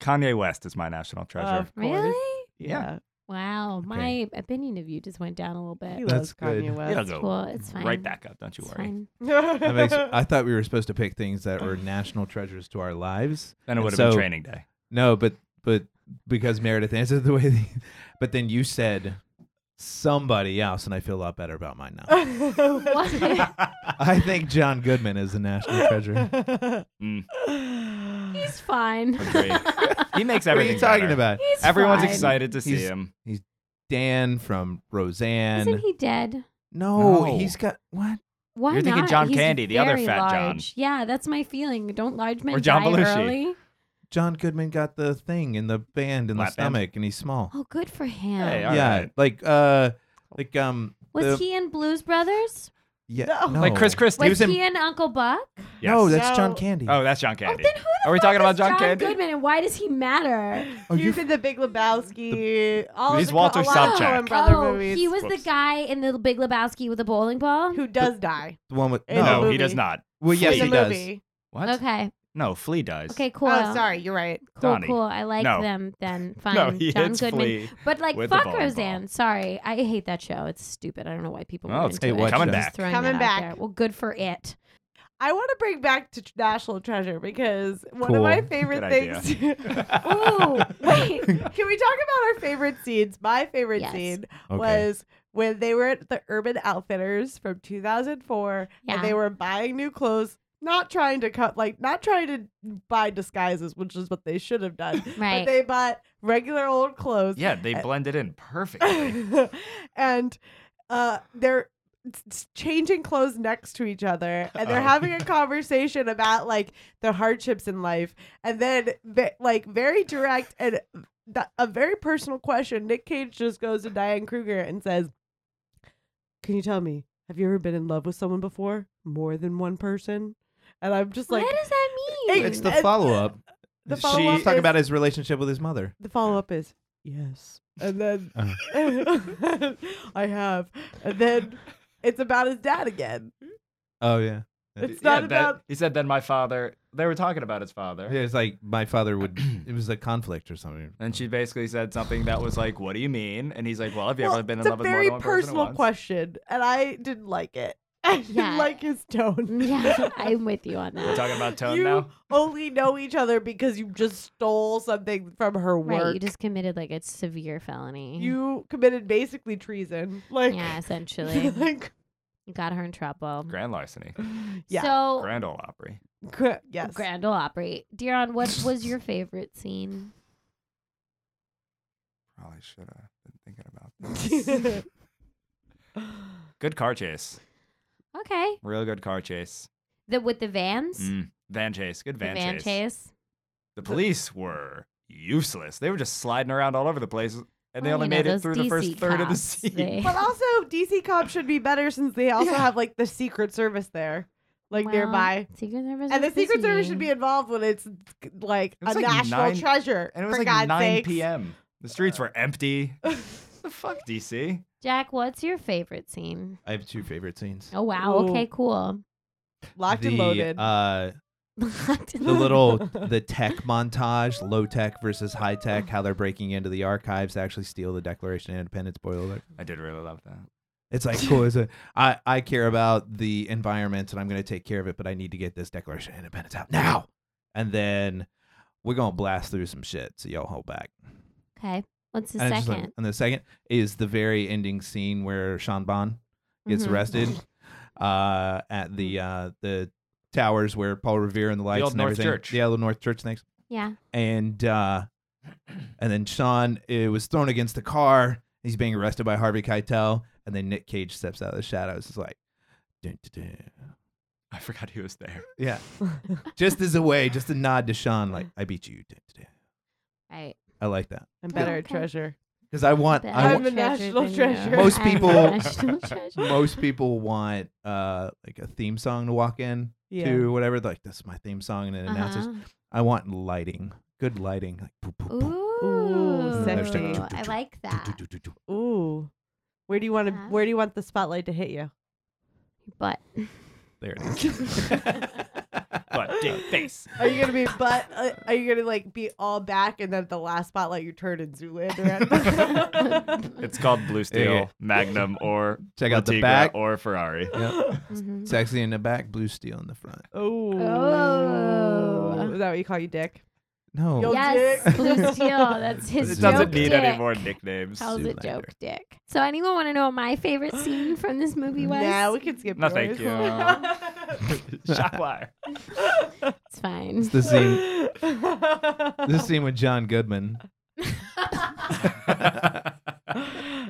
[SPEAKER 4] Kanye West is my national treasure.
[SPEAKER 2] course.
[SPEAKER 3] Really?
[SPEAKER 2] Yeah,
[SPEAKER 3] Wow.
[SPEAKER 4] Okay.
[SPEAKER 3] My opinion of you just went down a little bit.
[SPEAKER 2] he
[SPEAKER 3] It's
[SPEAKER 2] loves
[SPEAKER 5] That's good.
[SPEAKER 2] Kanye West.
[SPEAKER 4] It'll go
[SPEAKER 3] cool. It's fine.
[SPEAKER 4] right back up. Don't you
[SPEAKER 3] It's
[SPEAKER 4] worry.
[SPEAKER 3] fine.
[SPEAKER 5] That makes, I thought we were supposed to pick things that were national treasures to our lives.
[SPEAKER 4] Then it
[SPEAKER 5] And
[SPEAKER 4] would have
[SPEAKER 5] so-
[SPEAKER 4] been training day.
[SPEAKER 5] No, but but because Meredith answered the way, they, but then you said somebody else, and I feel a lot better about mine now.
[SPEAKER 3] What?
[SPEAKER 5] I think John Goodman is a national treasure.
[SPEAKER 4] Mm.
[SPEAKER 3] He's fine.
[SPEAKER 4] Agree. He makes
[SPEAKER 5] what are
[SPEAKER 4] everything.
[SPEAKER 5] you talking
[SPEAKER 4] better.
[SPEAKER 5] about?
[SPEAKER 3] He's
[SPEAKER 4] Everyone's
[SPEAKER 3] fine.
[SPEAKER 4] excited to see
[SPEAKER 5] He's-
[SPEAKER 4] him.
[SPEAKER 5] Dan from Roseanne.
[SPEAKER 3] Isn't he dead?
[SPEAKER 5] no,
[SPEAKER 4] No.
[SPEAKER 5] he's got what?
[SPEAKER 3] Why
[SPEAKER 4] You're thinking
[SPEAKER 3] not?
[SPEAKER 4] John
[SPEAKER 3] He's
[SPEAKER 4] Candy, the other
[SPEAKER 3] very
[SPEAKER 4] fat John.
[SPEAKER 3] large. Yeah, that's my feeling. Don't large men
[SPEAKER 4] Or John
[SPEAKER 3] die
[SPEAKER 4] Belushi.
[SPEAKER 3] early?
[SPEAKER 5] John Goodman got the thing in the band in the
[SPEAKER 4] Lap band?
[SPEAKER 5] stomach, and he's small.
[SPEAKER 3] Oh, good for him.
[SPEAKER 4] Hey, all
[SPEAKER 5] yeah,
[SPEAKER 4] right.
[SPEAKER 5] like uh, like um,
[SPEAKER 3] Was
[SPEAKER 5] the-
[SPEAKER 3] he in Blues Brothers?
[SPEAKER 5] Yeah,
[SPEAKER 2] No.
[SPEAKER 4] Like Chris Christie.
[SPEAKER 3] Was
[SPEAKER 5] was in-
[SPEAKER 3] he in Uncle Buck?
[SPEAKER 4] Yes.
[SPEAKER 5] No, that's
[SPEAKER 2] No.
[SPEAKER 5] John Candy.
[SPEAKER 4] oh, that's John Candy.
[SPEAKER 3] Oh, then who the
[SPEAKER 4] Are we
[SPEAKER 3] fuck
[SPEAKER 4] talking
[SPEAKER 3] is
[SPEAKER 4] about John Candy?
[SPEAKER 3] Goodman and why does he matter?
[SPEAKER 5] Are
[SPEAKER 2] He's
[SPEAKER 5] Oh, you
[SPEAKER 2] in the Big Lebowski. all
[SPEAKER 4] He's
[SPEAKER 2] of the,
[SPEAKER 4] Walter
[SPEAKER 2] a lot of
[SPEAKER 4] Sobchak.
[SPEAKER 2] Coen Brother
[SPEAKER 3] oh,
[SPEAKER 2] movies.
[SPEAKER 3] he was
[SPEAKER 4] Whoops.
[SPEAKER 3] the guy in the Big Lebowski with the bowling ball.
[SPEAKER 2] who does die.
[SPEAKER 5] the one with
[SPEAKER 2] in the
[SPEAKER 4] no,
[SPEAKER 2] movie.
[SPEAKER 4] he does not.
[SPEAKER 5] Well, yes,
[SPEAKER 4] In
[SPEAKER 5] he
[SPEAKER 2] the
[SPEAKER 5] does.
[SPEAKER 2] movie.
[SPEAKER 4] What?
[SPEAKER 3] Okay.
[SPEAKER 4] No, Flea dies.
[SPEAKER 3] Okay. Cool.
[SPEAKER 2] Oh, sorry, you're right.
[SPEAKER 3] Cool.
[SPEAKER 4] Donnie.
[SPEAKER 3] Cool. I like
[SPEAKER 4] No.
[SPEAKER 3] them. Then fine.
[SPEAKER 4] No, he
[SPEAKER 3] John
[SPEAKER 4] hits
[SPEAKER 3] Goodman.
[SPEAKER 4] Flea.
[SPEAKER 3] But like,
[SPEAKER 4] with the
[SPEAKER 3] fuck
[SPEAKER 4] bowling ball.
[SPEAKER 3] Roseanne. Sorry, I hate that show. It's stupid. I don't know why people.
[SPEAKER 4] Oh,
[SPEAKER 3] went
[SPEAKER 4] it's
[SPEAKER 3] into
[SPEAKER 5] Hey,
[SPEAKER 3] it.
[SPEAKER 5] what
[SPEAKER 4] coming
[SPEAKER 5] show?
[SPEAKER 3] Just
[SPEAKER 4] back.
[SPEAKER 3] throwing
[SPEAKER 2] Coming
[SPEAKER 3] that out
[SPEAKER 2] back.
[SPEAKER 3] there. Well, good for it.
[SPEAKER 2] I want to bring back to tr- National Treasure because one of
[SPEAKER 5] Cool.
[SPEAKER 2] my favorite
[SPEAKER 4] Good
[SPEAKER 2] things.
[SPEAKER 3] Ooh, wait.
[SPEAKER 2] Can we talk about our favorite scenes? My favorite
[SPEAKER 3] Yes.
[SPEAKER 2] scene
[SPEAKER 5] Okay.
[SPEAKER 2] was when they were at the Urban Outfitters from 2004
[SPEAKER 3] Yeah.
[SPEAKER 2] and they were buying new clothes, not trying to cut, like, not trying to buy disguises, which is what they should have done. But
[SPEAKER 3] Right.
[SPEAKER 2] they bought regular old clothes.
[SPEAKER 4] Yeah, they blended in perfectly.
[SPEAKER 2] and uh, they're s- s- changing clothes next to each other and
[SPEAKER 5] Oh.
[SPEAKER 2] they're having a conversation about like the hardships in life and then ve- like very direct and th- a very personal question nick cage just goes to diane kruger and says can you tell me have you ever been in love with someone before more than one person and i'm just like
[SPEAKER 3] what does that mean?
[SPEAKER 5] it's the
[SPEAKER 2] and-
[SPEAKER 5] follow up.
[SPEAKER 2] the
[SPEAKER 5] She-
[SPEAKER 2] follow-up
[SPEAKER 5] She's talking
[SPEAKER 2] is-
[SPEAKER 5] about his relationship with his mother.
[SPEAKER 2] the follow-up is yes and then
[SPEAKER 5] Uh.
[SPEAKER 4] Uh-huh.
[SPEAKER 2] i have and then it's about his dad again
[SPEAKER 5] Oh yeah.
[SPEAKER 2] It's
[SPEAKER 4] Yeah,
[SPEAKER 2] not
[SPEAKER 4] that-
[SPEAKER 2] about.
[SPEAKER 4] He said, "Then my father." They were talking about his father,
[SPEAKER 5] It was like my father would. it was a conflict or something.
[SPEAKER 4] and she basically said something that was like, "What do you mean?" And he's like, "Well, have you
[SPEAKER 2] Well,
[SPEAKER 4] ever been
[SPEAKER 2] it's
[SPEAKER 4] in
[SPEAKER 2] a
[SPEAKER 4] love with more
[SPEAKER 2] very
[SPEAKER 4] than one person?"
[SPEAKER 2] personal
[SPEAKER 4] at once?"
[SPEAKER 2] question, and I didn't like it. I didn't
[SPEAKER 3] Yeah.
[SPEAKER 2] like his tone.
[SPEAKER 3] yeah, I'm with you on
[SPEAKER 4] We're
[SPEAKER 3] that.
[SPEAKER 4] talking about tone
[SPEAKER 2] you
[SPEAKER 4] now.
[SPEAKER 2] only know each other because you just stole something from her work.
[SPEAKER 3] Right, you just committed like a severe felony.
[SPEAKER 2] You committed basically treason. Like
[SPEAKER 3] yeah, essentially,
[SPEAKER 2] like
[SPEAKER 3] You got her in trouble.
[SPEAKER 4] Grand larceny,
[SPEAKER 2] yeah.
[SPEAKER 3] So
[SPEAKER 4] grand ole Opry.
[SPEAKER 2] gra- yes.
[SPEAKER 3] Grand Ole Opry. Deron, what was your favorite scene?
[SPEAKER 4] Probably should have been thinking about this. Good car chase,
[SPEAKER 3] Okay,
[SPEAKER 4] real good car chase.
[SPEAKER 3] the with the vans,
[SPEAKER 4] Mm. Van chase, good
[SPEAKER 3] the
[SPEAKER 4] van,
[SPEAKER 3] van
[SPEAKER 4] chase.
[SPEAKER 3] chase.
[SPEAKER 4] The police were useless. They were just sliding around all over the place, and they
[SPEAKER 3] Well,
[SPEAKER 4] only
[SPEAKER 3] you know,
[SPEAKER 4] made it
[SPEAKER 3] those
[SPEAKER 4] through the first
[SPEAKER 3] DC
[SPEAKER 4] third of the
[SPEAKER 3] cops,
[SPEAKER 4] scene.
[SPEAKER 3] they-
[SPEAKER 2] but also DC cops should be better since they also
[SPEAKER 4] Yeah.
[SPEAKER 2] have like the Secret Service there, like
[SPEAKER 3] Well,
[SPEAKER 2] nearby.
[SPEAKER 3] Secret Service,
[SPEAKER 2] And the
[SPEAKER 3] is busy.
[SPEAKER 2] Secret Service should be involved when it's like
[SPEAKER 4] It was
[SPEAKER 2] a
[SPEAKER 4] like
[SPEAKER 2] national
[SPEAKER 4] nine-
[SPEAKER 2] treasure.
[SPEAKER 4] And it was
[SPEAKER 2] for
[SPEAKER 4] like
[SPEAKER 2] God's
[SPEAKER 4] 9
[SPEAKER 2] sakes.
[SPEAKER 4] p.m. The streets were empty. the fuck, DC?
[SPEAKER 3] Jack, what's your favorite scene?
[SPEAKER 5] I have two favorite scenes.
[SPEAKER 3] Oh wow,
[SPEAKER 2] Ooh.
[SPEAKER 3] okay, cool.
[SPEAKER 2] Locked and
[SPEAKER 5] The,
[SPEAKER 2] loaded.
[SPEAKER 5] Uh, the little the tech montage, low tech versus high tech, how they're breaking into the archives to actually steal the Declaration of Independence. Boiler.
[SPEAKER 4] I did really love that.
[SPEAKER 5] It's like cool. Is it? I I care about the environment and I'm going to take care of it, but I need to get this Declaration of Independence out now. And then we're gonna blast through some shit, so y'all hold back.
[SPEAKER 3] okay, what's the
[SPEAKER 5] and it's just like-
[SPEAKER 3] second?
[SPEAKER 5] and the second is the very ending scene where Sean Bond gets
[SPEAKER 3] Mhm.
[SPEAKER 5] arrested uh, at the uh, the towers where Paul Revere and the lights
[SPEAKER 4] old
[SPEAKER 5] and
[SPEAKER 4] North
[SPEAKER 5] everything.
[SPEAKER 4] Church.
[SPEAKER 5] The old North Church things.
[SPEAKER 3] yeah,
[SPEAKER 5] And uh, and then Sean it was thrown against the car. He's being arrested by Harvey Keitel, and then Nick Cage steps out of the shadows. It's like, dun, dun, dun. I forgot he was there. Yeah. just as a way, just a nod to Sean, like, I beat you today.
[SPEAKER 3] Right.
[SPEAKER 5] I like that.
[SPEAKER 2] I'm better at treasure.
[SPEAKER 5] Because I want,
[SPEAKER 2] I'm
[SPEAKER 5] I want
[SPEAKER 2] a national treasure.
[SPEAKER 5] most
[SPEAKER 2] I'm a
[SPEAKER 5] people,
[SPEAKER 2] national treasure.
[SPEAKER 5] most people want uh like a theme song to walk in
[SPEAKER 2] Yeah.
[SPEAKER 5] to whatever. Like this is my theme song, and it announces.
[SPEAKER 3] Uh-huh.
[SPEAKER 5] I want lighting, good lighting. Like, boop, boop, boop.
[SPEAKER 3] Ooh,
[SPEAKER 5] sexy.
[SPEAKER 3] I like that.
[SPEAKER 2] Ooh. Where do you want to?
[SPEAKER 3] Yeah.
[SPEAKER 2] Where do you want the spotlight to hit you?
[SPEAKER 3] But
[SPEAKER 5] there it is.
[SPEAKER 10] But dick face.
[SPEAKER 2] Are you gonna be butt? Uh, are you gonna like be all back and then at the last spotlight you turn and Zoolander? At
[SPEAKER 10] It's called Blue Steel,
[SPEAKER 5] yeah.
[SPEAKER 10] Magnum, or
[SPEAKER 5] Check out the
[SPEAKER 10] Latigra
[SPEAKER 5] back.
[SPEAKER 10] or Ferrari.
[SPEAKER 5] Yep.
[SPEAKER 3] Mhm.
[SPEAKER 5] Sexy in the back, blue steel in the front.
[SPEAKER 2] oh.
[SPEAKER 3] Oh.
[SPEAKER 2] Is that what you call you, Dick?
[SPEAKER 5] No.
[SPEAKER 2] Yo,
[SPEAKER 3] yes,
[SPEAKER 2] dick.
[SPEAKER 3] Blue Steel. That's his
[SPEAKER 10] It
[SPEAKER 5] It's
[SPEAKER 10] doesn't
[SPEAKER 3] joke
[SPEAKER 10] need
[SPEAKER 3] dick.
[SPEAKER 10] any more nicknames.
[SPEAKER 3] That was a
[SPEAKER 5] Zoolander.
[SPEAKER 3] joke, Dick. So, anyone want to know what my favorite scene from this movie was?
[SPEAKER 2] Nah, we can skip.
[SPEAKER 10] No, thank
[SPEAKER 2] yours.
[SPEAKER 10] you. Shotwire.
[SPEAKER 3] it's fine.
[SPEAKER 5] The scene, this scene with John Goodman.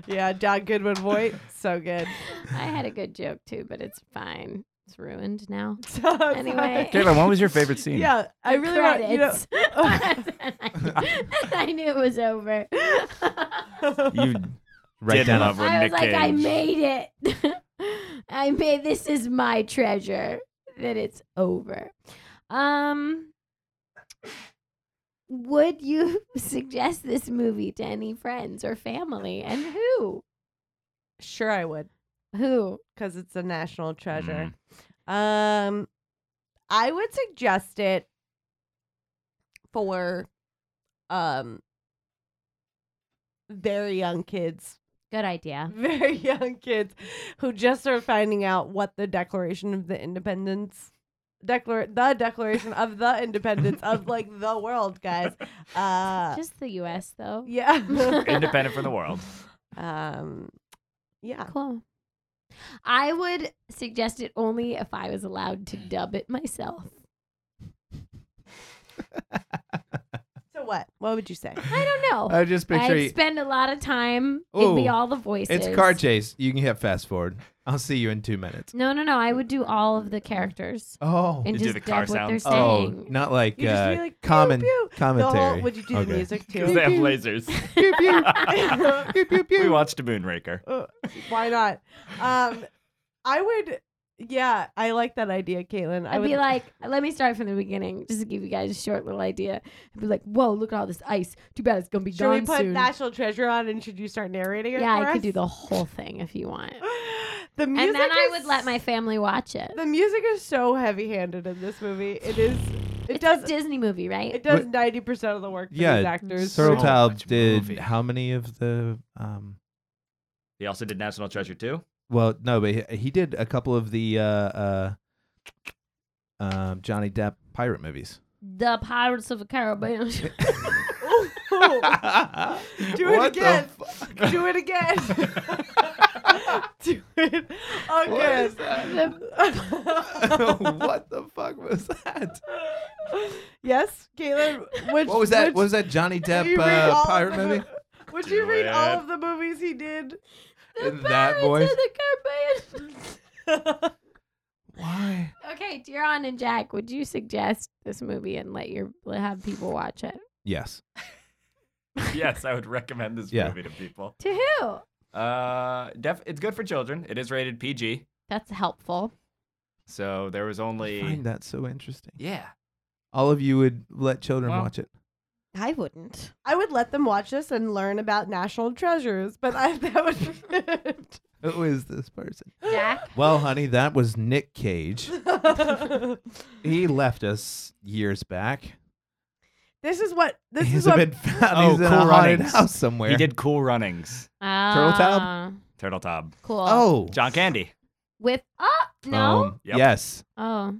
[SPEAKER 2] yeah, John Goodman Voight, so good.
[SPEAKER 3] I had a good joke too, but it's fine. It's ruined now.
[SPEAKER 2] anyway,
[SPEAKER 3] Anyway.
[SPEAKER 10] Caitlin, what was your favorite scene?
[SPEAKER 2] yeah, I
[SPEAKER 3] The
[SPEAKER 2] really want you know.
[SPEAKER 3] credits. I, I knew it was over.
[SPEAKER 10] You
[SPEAKER 5] Right
[SPEAKER 10] did
[SPEAKER 5] down.
[SPEAKER 10] love her,
[SPEAKER 3] I was
[SPEAKER 10] Nick
[SPEAKER 3] like, I
[SPEAKER 10] Cage.
[SPEAKER 3] made it. I made this is my treasure. That it's over. Um, would you suggest this movie to any friends or family, and who?
[SPEAKER 2] Sure, I would,
[SPEAKER 3] Who?
[SPEAKER 2] because it's a national treasure. Um, I would suggest it for um very young kids
[SPEAKER 3] Good idea.
[SPEAKER 2] very young kids who just are finding out what the Declaration of the Independence declar the Declaration of the Independence of like the world, guys. Uh,
[SPEAKER 3] Just the U.S. though.
[SPEAKER 2] yeah.
[SPEAKER 10] Independent from the world.
[SPEAKER 2] um, yeah.
[SPEAKER 3] Cool. I would suggest it only if I was allowed to dub it myself.
[SPEAKER 2] So what? What would you say?
[SPEAKER 3] I don't know.
[SPEAKER 5] I just picture
[SPEAKER 3] I'd
[SPEAKER 5] Uh, you.
[SPEAKER 3] spend a lot of time. It'd be
[SPEAKER 5] Ooh,
[SPEAKER 3] all the voices.
[SPEAKER 5] It's car chase. You can hit fast forward. I'll see you in two minutes.
[SPEAKER 3] No, no, no. I would do all of the characters
[SPEAKER 5] Oh.
[SPEAKER 3] and
[SPEAKER 10] You do
[SPEAKER 3] just
[SPEAKER 10] the
[SPEAKER 3] dub
[SPEAKER 10] car
[SPEAKER 3] what
[SPEAKER 10] sound?
[SPEAKER 3] they're
[SPEAKER 5] oh,
[SPEAKER 3] saying.
[SPEAKER 5] not like,
[SPEAKER 2] You just
[SPEAKER 5] uh,
[SPEAKER 2] be like, pew,
[SPEAKER 5] common
[SPEAKER 2] pew. The
[SPEAKER 5] commentary.
[SPEAKER 2] whole, would you do
[SPEAKER 5] Okay.
[SPEAKER 2] the music
[SPEAKER 10] Because they have
[SPEAKER 2] too?
[SPEAKER 10] lasers. we watched Moonraker.
[SPEAKER 2] Uh, Why not? Um, I would. Yeah, I like that idea, Caitlin. I
[SPEAKER 3] I'd
[SPEAKER 2] would
[SPEAKER 3] be like, let me start from the beginning, just to give you guys a short little idea. I'd be like, whoa, look at all this ice. Too bad it's gonna be
[SPEAKER 2] should
[SPEAKER 3] gone
[SPEAKER 2] we put
[SPEAKER 3] soon.
[SPEAKER 2] National Treasure on and should you start narrating it?
[SPEAKER 3] yeah,
[SPEAKER 2] for
[SPEAKER 3] I could
[SPEAKER 2] us?
[SPEAKER 3] do the whole thing if you want.
[SPEAKER 2] the music
[SPEAKER 3] And then
[SPEAKER 2] is
[SPEAKER 3] I would let my family watch it.
[SPEAKER 2] The music is so heavy-handed in this movie. It is. It
[SPEAKER 3] It's a
[SPEAKER 2] does.
[SPEAKER 3] Disney movie, right?
[SPEAKER 2] It does ninety percent of the work for
[SPEAKER 5] Yeah,
[SPEAKER 2] these actors.
[SPEAKER 5] Turtle
[SPEAKER 10] So
[SPEAKER 5] Tile
[SPEAKER 10] much
[SPEAKER 5] did
[SPEAKER 10] movie.
[SPEAKER 5] how many of the um
[SPEAKER 10] He also did National Treasure too.
[SPEAKER 5] well no but he, he did a couple of the uh uh um Johnny Depp pirate movies.
[SPEAKER 3] the Pirates of the Caribbean.
[SPEAKER 2] Do it again. Do it again. do it again.
[SPEAKER 5] what the fuck was that?
[SPEAKER 2] yes, Caitlin. Which,
[SPEAKER 5] What was that?
[SPEAKER 2] Which,
[SPEAKER 5] What was that Johnny
[SPEAKER 2] did
[SPEAKER 5] Depp
[SPEAKER 2] you read all
[SPEAKER 5] uh,
[SPEAKER 2] of
[SPEAKER 5] pirate
[SPEAKER 2] the-
[SPEAKER 5] movie?
[SPEAKER 2] Would you read all of the movies he did?
[SPEAKER 3] the
[SPEAKER 5] In that
[SPEAKER 3] Pirates
[SPEAKER 5] voice?
[SPEAKER 3] of the Caribbean.
[SPEAKER 5] Why?
[SPEAKER 3] okay, Deron and Jack, would you suggest this movie and let your have people watch it?
[SPEAKER 5] Yes.
[SPEAKER 10] yes, I would recommend this
[SPEAKER 5] Yeah.
[SPEAKER 10] movie to people.
[SPEAKER 3] To who?
[SPEAKER 10] Uh, def- it's good for children. It is rated PG,
[SPEAKER 3] That's helpful.
[SPEAKER 10] so there was
[SPEAKER 5] I
[SPEAKER 10] only
[SPEAKER 5] find that so interesting.
[SPEAKER 10] yeah.
[SPEAKER 5] All of you would let children
[SPEAKER 10] Well-
[SPEAKER 5] watch it.
[SPEAKER 3] I wouldn't.
[SPEAKER 2] I would let them watch this and learn about national treasures, but I, that would be it.
[SPEAKER 5] Who is this person?
[SPEAKER 3] Jack,
[SPEAKER 5] Well, honey, that was Nick Cage. He left us years back.
[SPEAKER 2] this is what this
[SPEAKER 5] He's
[SPEAKER 2] is what
[SPEAKER 5] been found.
[SPEAKER 10] Oh,
[SPEAKER 5] He's in
[SPEAKER 10] Cool
[SPEAKER 5] a haunted
[SPEAKER 10] Runnings.
[SPEAKER 5] house somewhere.
[SPEAKER 10] He did Cool Runnings,
[SPEAKER 5] Turtle Tub?
[SPEAKER 3] Ah,
[SPEAKER 10] Turtle Top,
[SPEAKER 3] Cool.
[SPEAKER 5] Oh,
[SPEAKER 10] John Candy.
[SPEAKER 3] with oh no.
[SPEAKER 5] Um,
[SPEAKER 10] Yep.
[SPEAKER 5] Yes.
[SPEAKER 3] oh,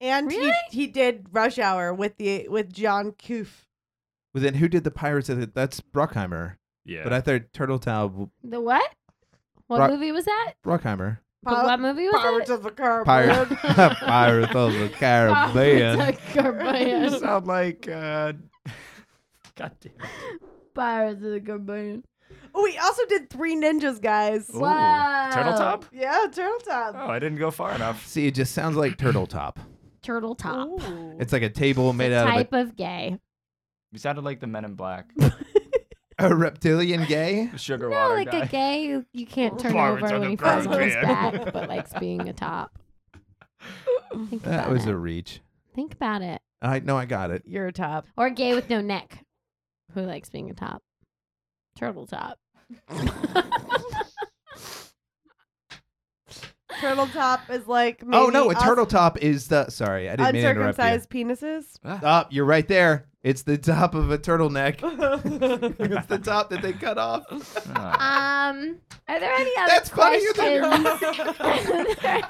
[SPEAKER 2] and
[SPEAKER 3] Really?
[SPEAKER 2] he, he did rush hour with the with John Coof.
[SPEAKER 5] Well, then who did the pirates? Of the, that's Bruckheimer.
[SPEAKER 10] Yeah,
[SPEAKER 5] But I thought Turtle Taub.
[SPEAKER 3] the what? What
[SPEAKER 5] Rock-
[SPEAKER 3] movie was that?
[SPEAKER 5] Bruckheimer.
[SPEAKER 3] The what movie was
[SPEAKER 2] Pirates
[SPEAKER 3] it?
[SPEAKER 2] of the Caribbean.
[SPEAKER 5] Pirate. Pirates of the Caribbean.
[SPEAKER 3] Pirates of the Caribbean.
[SPEAKER 10] sound like uh, God damn.
[SPEAKER 3] Pirates of the Caribbean.
[SPEAKER 2] Oh, we also did Three Ninjas, guys.
[SPEAKER 5] Oh.
[SPEAKER 4] Ooh.
[SPEAKER 3] Uh,
[SPEAKER 4] Whoa. Turtle Top?
[SPEAKER 2] Yeah, Turtle Top.
[SPEAKER 4] Oh, I didn't go far enough.
[SPEAKER 5] See, it just sounds like turtle top.
[SPEAKER 3] Turtle top.
[SPEAKER 5] It's like a table made out
[SPEAKER 3] Type of gay.
[SPEAKER 10] You sounded like the Men in Black.
[SPEAKER 5] of a, a reptilian gay.
[SPEAKER 10] Sugar
[SPEAKER 3] No,
[SPEAKER 10] water
[SPEAKER 3] like
[SPEAKER 10] guy.
[SPEAKER 3] a gay. you- You can't turn
[SPEAKER 10] Pirates
[SPEAKER 3] over
[SPEAKER 10] of
[SPEAKER 3] when
[SPEAKER 10] the
[SPEAKER 3] he falls on his
[SPEAKER 10] Caribbean.
[SPEAKER 3] back, but likes being a top. Think
[SPEAKER 5] That
[SPEAKER 3] about
[SPEAKER 5] was
[SPEAKER 3] it.
[SPEAKER 5] a reach.
[SPEAKER 3] Think about it.
[SPEAKER 5] I no, I got it.
[SPEAKER 2] You're a top.
[SPEAKER 3] Or gay with no neck, who likes being a top. Turtle top.
[SPEAKER 2] Turtle Top is like.
[SPEAKER 5] oh
[SPEAKER 2] maybe
[SPEAKER 5] no, a
[SPEAKER 2] us
[SPEAKER 5] turtle top is the. Sorry, I didn't mean to interrupt you.
[SPEAKER 2] Uncircumcised penises.
[SPEAKER 5] Up, you're right there. It's the top of a turtleneck. it's the top that they cut off.
[SPEAKER 3] Um, are there any other
[SPEAKER 5] That's funny.
[SPEAKER 3] questions?
[SPEAKER 5] You think-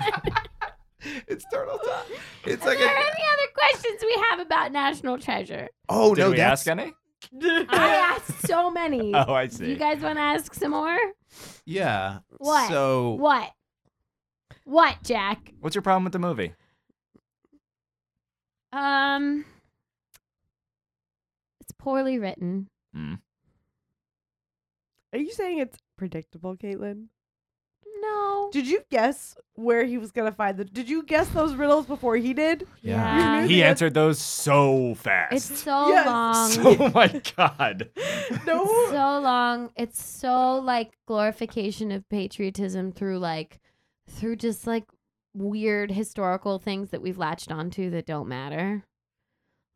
[SPEAKER 5] it's turtle top. It's
[SPEAKER 3] Are
[SPEAKER 5] like
[SPEAKER 3] there
[SPEAKER 5] a.
[SPEAKER 3] any other questions we have about National Treasure?
[SPEAKER 5] Oh
[SPEAKER 10] Did
[SPEAKER 5] no,
[SPEAKER 10] we ask
[SPEAKER 5] that's
[SPEAKER 10] any?
[SPEAKER 3] I asked so many.
[SPEAKER 10] Oh, I
[SPEAKER 3] Do you
[SPEAKER 10] see.
[SPEAKER 3] guys want to ask some more?
[SPEAKER 5] yeah.
[SPEAKER 3] What?
[SPEAKER 5] So
[SPEAKER 3] What? What, Jack?
[SPEAKER 10] What's your problem with the movie?
[SPEAKER 3] Um, it's poorly written.
[SPEAKER 10] Hmm.
[SPEAKER 2] Are you saying it's predictable, Caitlin?
[SPEAKER 3] No.
[SPEAKER 2] Did you guess where he was gonna find the? Did you guess those riddles before he did?
[SPEAKER 3] Yeah.
[SPEAKER 2] You knew
[SPEAKER 10] He
[SPEAKER 2] the
[SPEAKER 10] answered those so fast.
[SPEAKER 3] It's so
[SPEAKER 2] Yes.
[SPEAKER 3] long.
[SPEAKER 10] oh my god.
[SPEAKER 2] No.
[SPEAKER 3] so long. It's so like glorification of patriotism through like through just like weird historical things that we've latched onto that don't matter.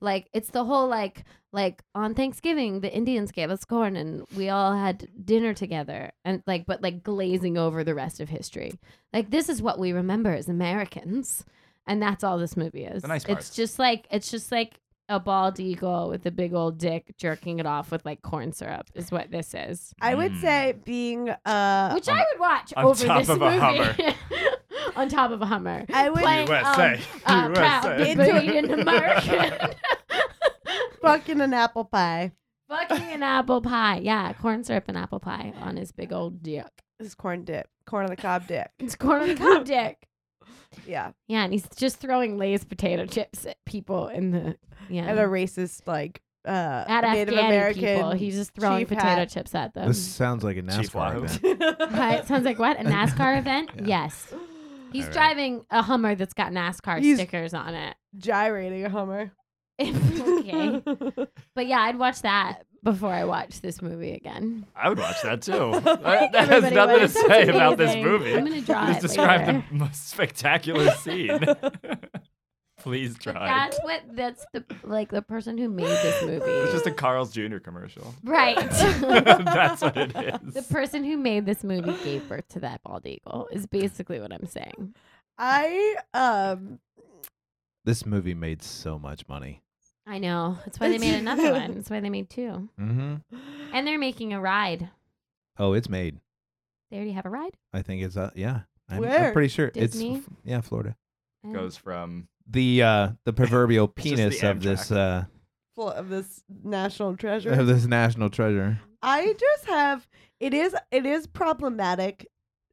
[SPEAKER 3] Like it's the whole like like on Thanksgiving the Indians gave us corn and we all had dinner together and like but like glazing over the rest of history. Like this is what we remember as Americans and that's all this movie is.
[SPEAKER 10] The nice
[SPEAKER 3] it's
[SPEAKER 10] parts.
[SPEAKER 3] just like it's just like a bald eagle with a big old dick jerking it off with like corn syrup is what this is.
[SPEAKER 2] I would
[SPEAKER 5] Hmm.
[SPEAKER 10] Mm.
[SPEAKER 2] say being uh
[SPEAKER 3] Which I would watch
[SPEAKER 10] on
[SPEAKER 3] over
[SPEAKER 10] top
[SPEAKER 3] this
[SPEAKER 10] of a
[SPEAKER 3] movie.
[SPEAKER 10] Hummer.
[SPEAKER 3] on top of a Hummer.
[SPEAKER 2] I would
[SPEAKER 3] Playing,
[SPEAKER 10] USA,
[SPEAKER 3] Um, uh,
[SPEAKER 10] USA.
[SPEAKER 3] Proud to be an American.
[SPEAKER 2] fucking an apple pie.
[SPEAKER 3] Fucking an apple pie. Yeah, corn syrup and apple pie on his big old dick.
[SPEAKER 2] This corn dip, corn on the cob dick.
[SPEAKER 3] It's corn on the cob dick.
[SPEAKER 2] Yeah,
[SPEAKER 3] Yeah, and he's just throwing Lay's potato chips at people in the yeah.
[SPEAKER 2] and a racist like uh
[SPEAKER 3] at
[SPEAKER 2] Native
[SPEAKER 3] Afghani
[SPEAKER 2] American.
[SPEAKER 3] people. He's just throwing
[SPEAKER 2] chief
[SPEAKER 3] potato
[SPEAKER 2] hat.
[SPEAKER 3] chips at them.
[SPEAKER 5] this sounds like a
[SPEAKER 10] Chief
[SPEAKER 5] NASCAR
[SPEAKER 10] Wahoo.
[SPEAKER 5] event.
[SPEAKER 3] Right? Sounds like what? A NASCAR event? Yes. He's
[SPEAKER 5] All right.
[SPEAKER 3] driving a Hummer that's got NASCAR
[SPEAKER 2] He's-
[SPEAKER 3] stickers on it.
[SPEAKER 2] gyrating a Hummer.
[SPEAKER 3] okay. But yeah, I'd watch that before I watch this movie again.
[SPEAKER 10] I would watch that too. that that has
[SPEAKER 3] Everybody
[SPEAKER 10] nothing to
[SPEAKER 3] would.
[SPEAKER 10] say
[SPEAKER 3] That's
[SPEAKER 10] about this
[SPEAKER 3] amazing.
[SPEAKER 10] movie.
[SPEAKER 3] I'm gonna draw
[SPEAKER 10] Just
[SPEAKER 3] it
[SPEAKER 10] describe
[SPEAKER 3] later.
[SPEAKER 10] the most spectacular scene. Please
[SPEAKER 3] But
[SPEAKER 10] try.
[SPEAKER 3] that's what that's the like the person who made this
[SPEAKER 10] It's
[SPEAKER 3] movie.
[SPEAKER 10] just a Carl's Jr. commercial.
[SPEAKER 3] right.
[SPEAKER 10] that's what it is.
[SPEAKER 3] the person who made this movie gave birth to that bald eagle is basically what I'm saying.
[SPEAKER 2] I um
[SPEAKER 5] This movie made so much money.
[SPEAKER 3] I know. That's why they made another one. That's why they made two.
[SPEAKER 5] Mm-hmm.
[SPEAKER 3] And they're making a ride.
[SPEAKER 5] Oh, it's made.
[SPEAKER 3] They already have a ride.
[SPEAKER 5] I think it's uh, yeah. I'm,
[SPEAKER 2] Where?
[SPEAKER 5] I'm pretty sure
[SPEAKER 3] Disney?
[SPEAKER 5] it's f- yeah, Florida.
[SPEAKER 3] And-
[SPEAKER 10] Goes from
[SPEAKER 5] The uh the proverbial
[SPEAKER 10] just the
[SPEAKER 5] penis of this uh
[SPEAKER 2] full of this national treasure.
[SPEAKER 5] of this national treasure.
[SPEAKER 2] I just have it is it is problematic.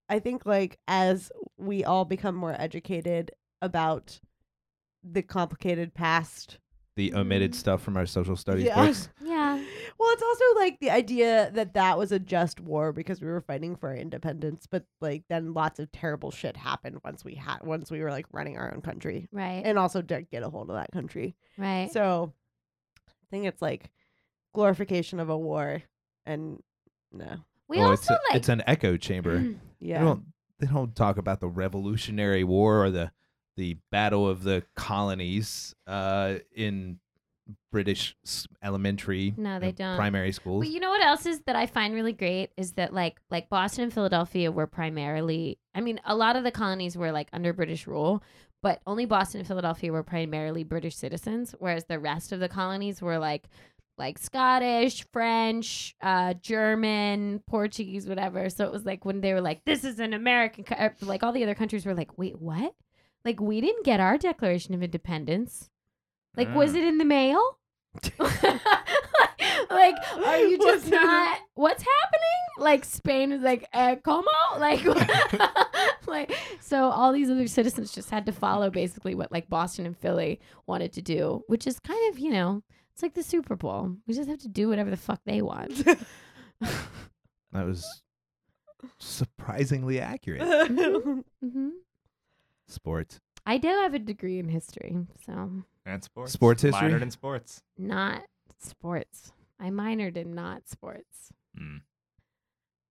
[SPEAKER 2] I think like as we all become more educated about the complicated past.
[SPEAKER 5] The omitted stuff from our social studies
[SPEAKER 2] Mm. Yeah.
[SPEAKER 5] books.
[SPEAKER 3] Yeah.
[SPEAKER 2] Well, it's also like the idea that that was a just war because we were fighting for our independence, but like then lots of terrible shit happened once we had once we were like running our own country
[SPEAKER 3] Right.
[SPEAKER 2] and also did get a hold of that country.
[SPEAKER 3] right.
[SPEAKER 2] So I think it's like glorification of a war and no.
[SPEAKER 3] we
[SPEAKER 5] oh,
[SPEAKER 3] also
[SPEAKER 5] it's a-
[SPEAKER 3] like Mm.
[SPEAKER 5] it's an echo chamber.
[SPEAKER 2] Yeah.
[SPEAKER 5] They don't they don't talk about the Revolutionary War or the the Battle of the Colonies uh in British s- elementary
[SPEAKER 3] No, they
[SPEAKER 5] uh,
[SPEAKER 3] don't.
[SPEAKER 5] primary schools.
[SPEAKER 3] Well, you know what else is that I find really great is that like like Boston and Philadelphia were primarily I mean a lot of the colonies were like under British rule, but only Boston and Philadelphia were primarily British citizens, whereas the rest of the colonies were like like Scottish, French, uh, German, Portuguese, whatever. So it was like when they were like, "This is an American," co-, uh, like all the other countries were like, "Wait, what? Like we didn't get our Declaration of Independence? Like was
[SPEAKER 10] Mm.
[SPEAKER 3] it in the mail?" like, are you
[SPEAKER 2] What's
[SPEAKER 3] just not? What's happening? Like, Spain is like, uh, como? Like, like, so all these other citizens just had to follow basically what like Boston and Philly wanted to do, which is kind of, you know, it's like the Super Bowl. We just have to do whatever the fuck they want.
[SPEAKER 5] That was surprisingly accurate.
[SPEAKER 3] mm-hmm.
[SPEAKER 5] Sports.
[SPEAKER 3] I do have a degree in history, so
[SPEAKER 10] And sports.
[SPEAKER 5] Sports history?
[SPEAKER 10] Minored in sports.
[SPEAKER 3] not sports. I minored in not sports.
[SPEAKER 10] Mm.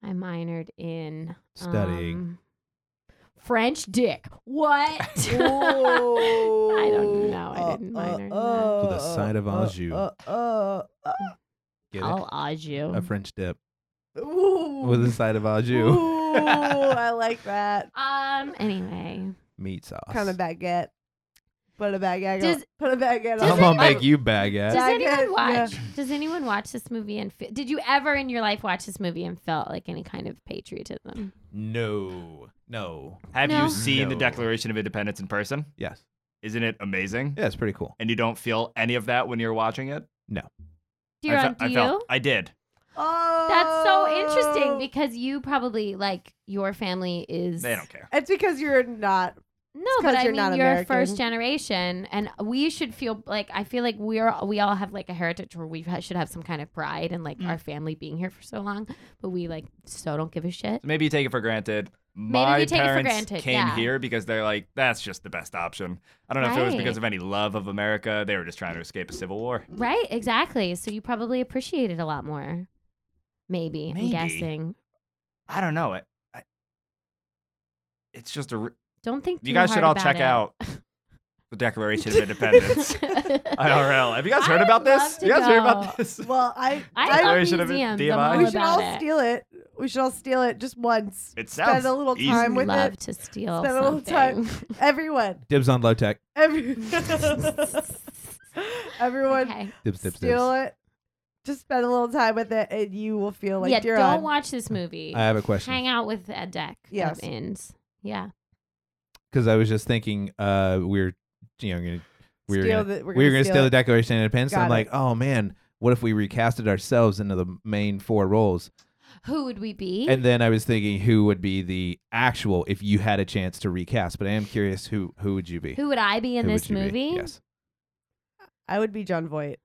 [SPEAKER 3] I minored in
[SPEAKER 5] Studying.
[SPEAKER 3] um, French dick. What? I don't
[SPEAKER 2] Oh,
[SPEAKER 3] know. I
[SPEAKER 2] uh,
[SPEAKER 3] didn't
[SPEAKER 2] uh,
[SPEAKER 3] minor in that.
[SPEAKER 2] uh,
[SPEAKER 5] To the side of
[SPEAKER 2] uh,
[SPEAKER 5] Anjou.
[SPEAKER 2] Uh, uh, uh,
[SPEAKER 5] Get it?
[SPEAKER 3] I'll odd you.
[SPEAKER 5] A French dip
[SPEAKER 2] ooh.
[SPEAKER 5] with a side of au jus,
[SPEAKER 2] Ooh, I like that.
[SPEAKER 3] um. Anyway,
[SPEAKER 5] meat sauce.
[SPEAKER 2] Kind of baguette. Put a baguette.
[SPEAKER 3] Does-
[SPEAKER 2] on, put a baguette
[SPEAKER 5] I'm
[SPEAKER 3] Does
[SPEAKER 2] on.
[SPEAKER 5] gonna
[SPEAKER 3] it-
[SPEAKER 5] make you baguette.
[SPEAKER 3] does
[SPEAKER 2] I
[SPEAKER 3] anyone
[SPEAKER 2] guess, yeah.
[SPEAKER 3] watch? Does anyone watch this movie? And fe- did you ever in your life watch this movie and felt like any kind of patriotism?
[SPEAKER 5] No, no.
[SPEAKER 10] Have
[SPEAKER 3] No.
[SPEAKER 10] you seen the
[SPEAKER 5] No.
[SPEAKER 10] Declaration of Independence in person?
[SPEAKER 5] Yes.
[SPEAKER 10] Isn't it amazing?
[SPEAKER 5] Yeah, it's pretty cool.
[SPEAKER 10] And you don't feel any of that when you're watching it?
[SPEAKER 3] Dear,
[SPEAKER 10] I,
[SPEAKER 3] on
[SPEAKER 10] fe- I
[SPEAKER 3] do
[SPEAKER 10] felt
[SPEAKER 3] you?
[SPEAKER 10] I did.
[SPEAKER 2] Oh,
[SPEAKER 3] That's so interesting because you probably like your family is.
[SPEAKER 10] They don't care.
[SPEAKER 2] it's because you're not.
[SPEAKER 3] No,
[SPEAKER 2] It's 'cause
[SPEAKER 3] but I
[SPEAKER 2] you're
[SPEAKER 3] mean,
[SPEAKER 2] not
[SPEAKER 3] you're
[SPEAKER 2] American.
[SPEAKER 3] first generation, and we should feel like I feel like we are. We all have like a heritage where we ha- should have some kind of pride and
[SPEAKER 2] Mm.
[SPEAKER 3] like our family being here for so long, but we like so don't give a shit.
[SPEAKER 10] So maybe you take it for granted.
[SPEAKER 3] Maybe
[SPEAKER 10] My
[SPEAKER 3] we take it for
[SPEAKER 10] parents
[SPEAKER 3] granted,
[SPEAKER 10] came
[SPEAKER 3] yeah.
[SPEAKER 10] here because they're like, that's just the best option. I don't know if it was
[SPEAKER 3] Right.
[SPEAKER 10] because of any love of America. They were just trying to escape a civil war.
[SPEAKER 3] Right? Exactly. So you probably appreciate it a lot more. Maybe, I'm
[SPEAKER 10] Maybe.
[SPEAKER 3] guessing.
[SPEAKER 10] I don't know. It, I, it's just a. re-
[SPEAKER 3] Don't think
[SPEAKER 10] You
[SPEAKER 3] too
[SPEAKER 10] guys
[SPEAKER 3] hard
[SPEAKER 10] should all
[SPEAKER 3] about
[SPEAKER 10] check
[SPEAKER 3] it.
[SPEAKER 10] out the Declaration of Independence. IRL. Have you guys heard
[SPEAKER 3] I'd
[SPEAKER 10] about
[SPEAKER 3] love
[SPEAKER 10] this?
[SPEAKER 3] to
[SPEAKER 10] You guys heard
[SPEAKER 3] go.
[SPEAKER 10] about this?
[SPEAKER 2] Well, I.
[SPEAKER 3] I love
[SPEAKER 10] Declaration of
[SPEAKER 3] museums. I'm
[SPEAKER 10] DMI.
[SPEAKER 3] all
[SPEAKER 2] we should
[SPEAKER 3] about
[SPEAKER 2] all
[SPEAKER 3] it.
[SPEAKER 2] steal it. We should all steal it just once.
[SPEAKER 10] It
[SPEAKER 2] Spend
[SPEAKER 10] sounds
[SPEAKER 2] a little
[SPEAKER 10] easy.
[SPEAKER 2] time with
[SPEAKER 3] love
[SPEAKER 2] it.
[SPEAKER 3] to steal
[SPEAKER 2] Spend a little time-
[SPEAKER 3] something.
[SPEAKER 2] Everyone.
[SPEAKER 5] Dibs on low tech.
[SPEAKER 2] Every- everyone.
[SPEAKER 3] okay.
[SPEAKER 5] Dibs, dibs,
[SPEAKER 2] steal
[SPEAKER 5] dibs.
[SPEAKER 2] it. Just spend a little time with it, and you will feel like
[SPEAKER 3] yeah,
[SPEAKER 2] you're
[SPEAKER 3] don't
[SPEAKER 2] on.
[SPEAKER 3] watch this movie.
[SPEAKER 5] I have a question.
[SPEAKER 3] Hang out with a deck
[SPEAKER 2] Yes.
[SPEAKER 3] of ins. Yeah.
[SPEAKER 5] because I was just thinking, uh, we're you know gonna, we're
[SPEAKER 2] Steal
[SPEAKER 5] gonna,
[SPEAKER 2] the-
[SPEAKER 5] we're gonna, steal, the
[SPEAKER 2] it.
[SPEAKER 5] Declaration of Independence. and I'm
[SPEAKER 2] Got
[SPEAKER 5] like,
[SPEAKER 2] it.
[SPEAKER 5] oh man, what if we recasted ourselves into the main four roles?
[SPEAKER 3] Who would we be?
[SPEAKER 5] And then I was thinking, who would be the actual if you had a chance to recast? But I am curious, who who would you be
[SPEAKER 3] Who would I be in
[SPEAKER 5] Who would
[SPEAKER 3] this
[SPEAKER 5] you be?
[SPEAKER 3] movie?
[SPEAKER 5] Yes.
[SPEAKER 2] I would be John Voight.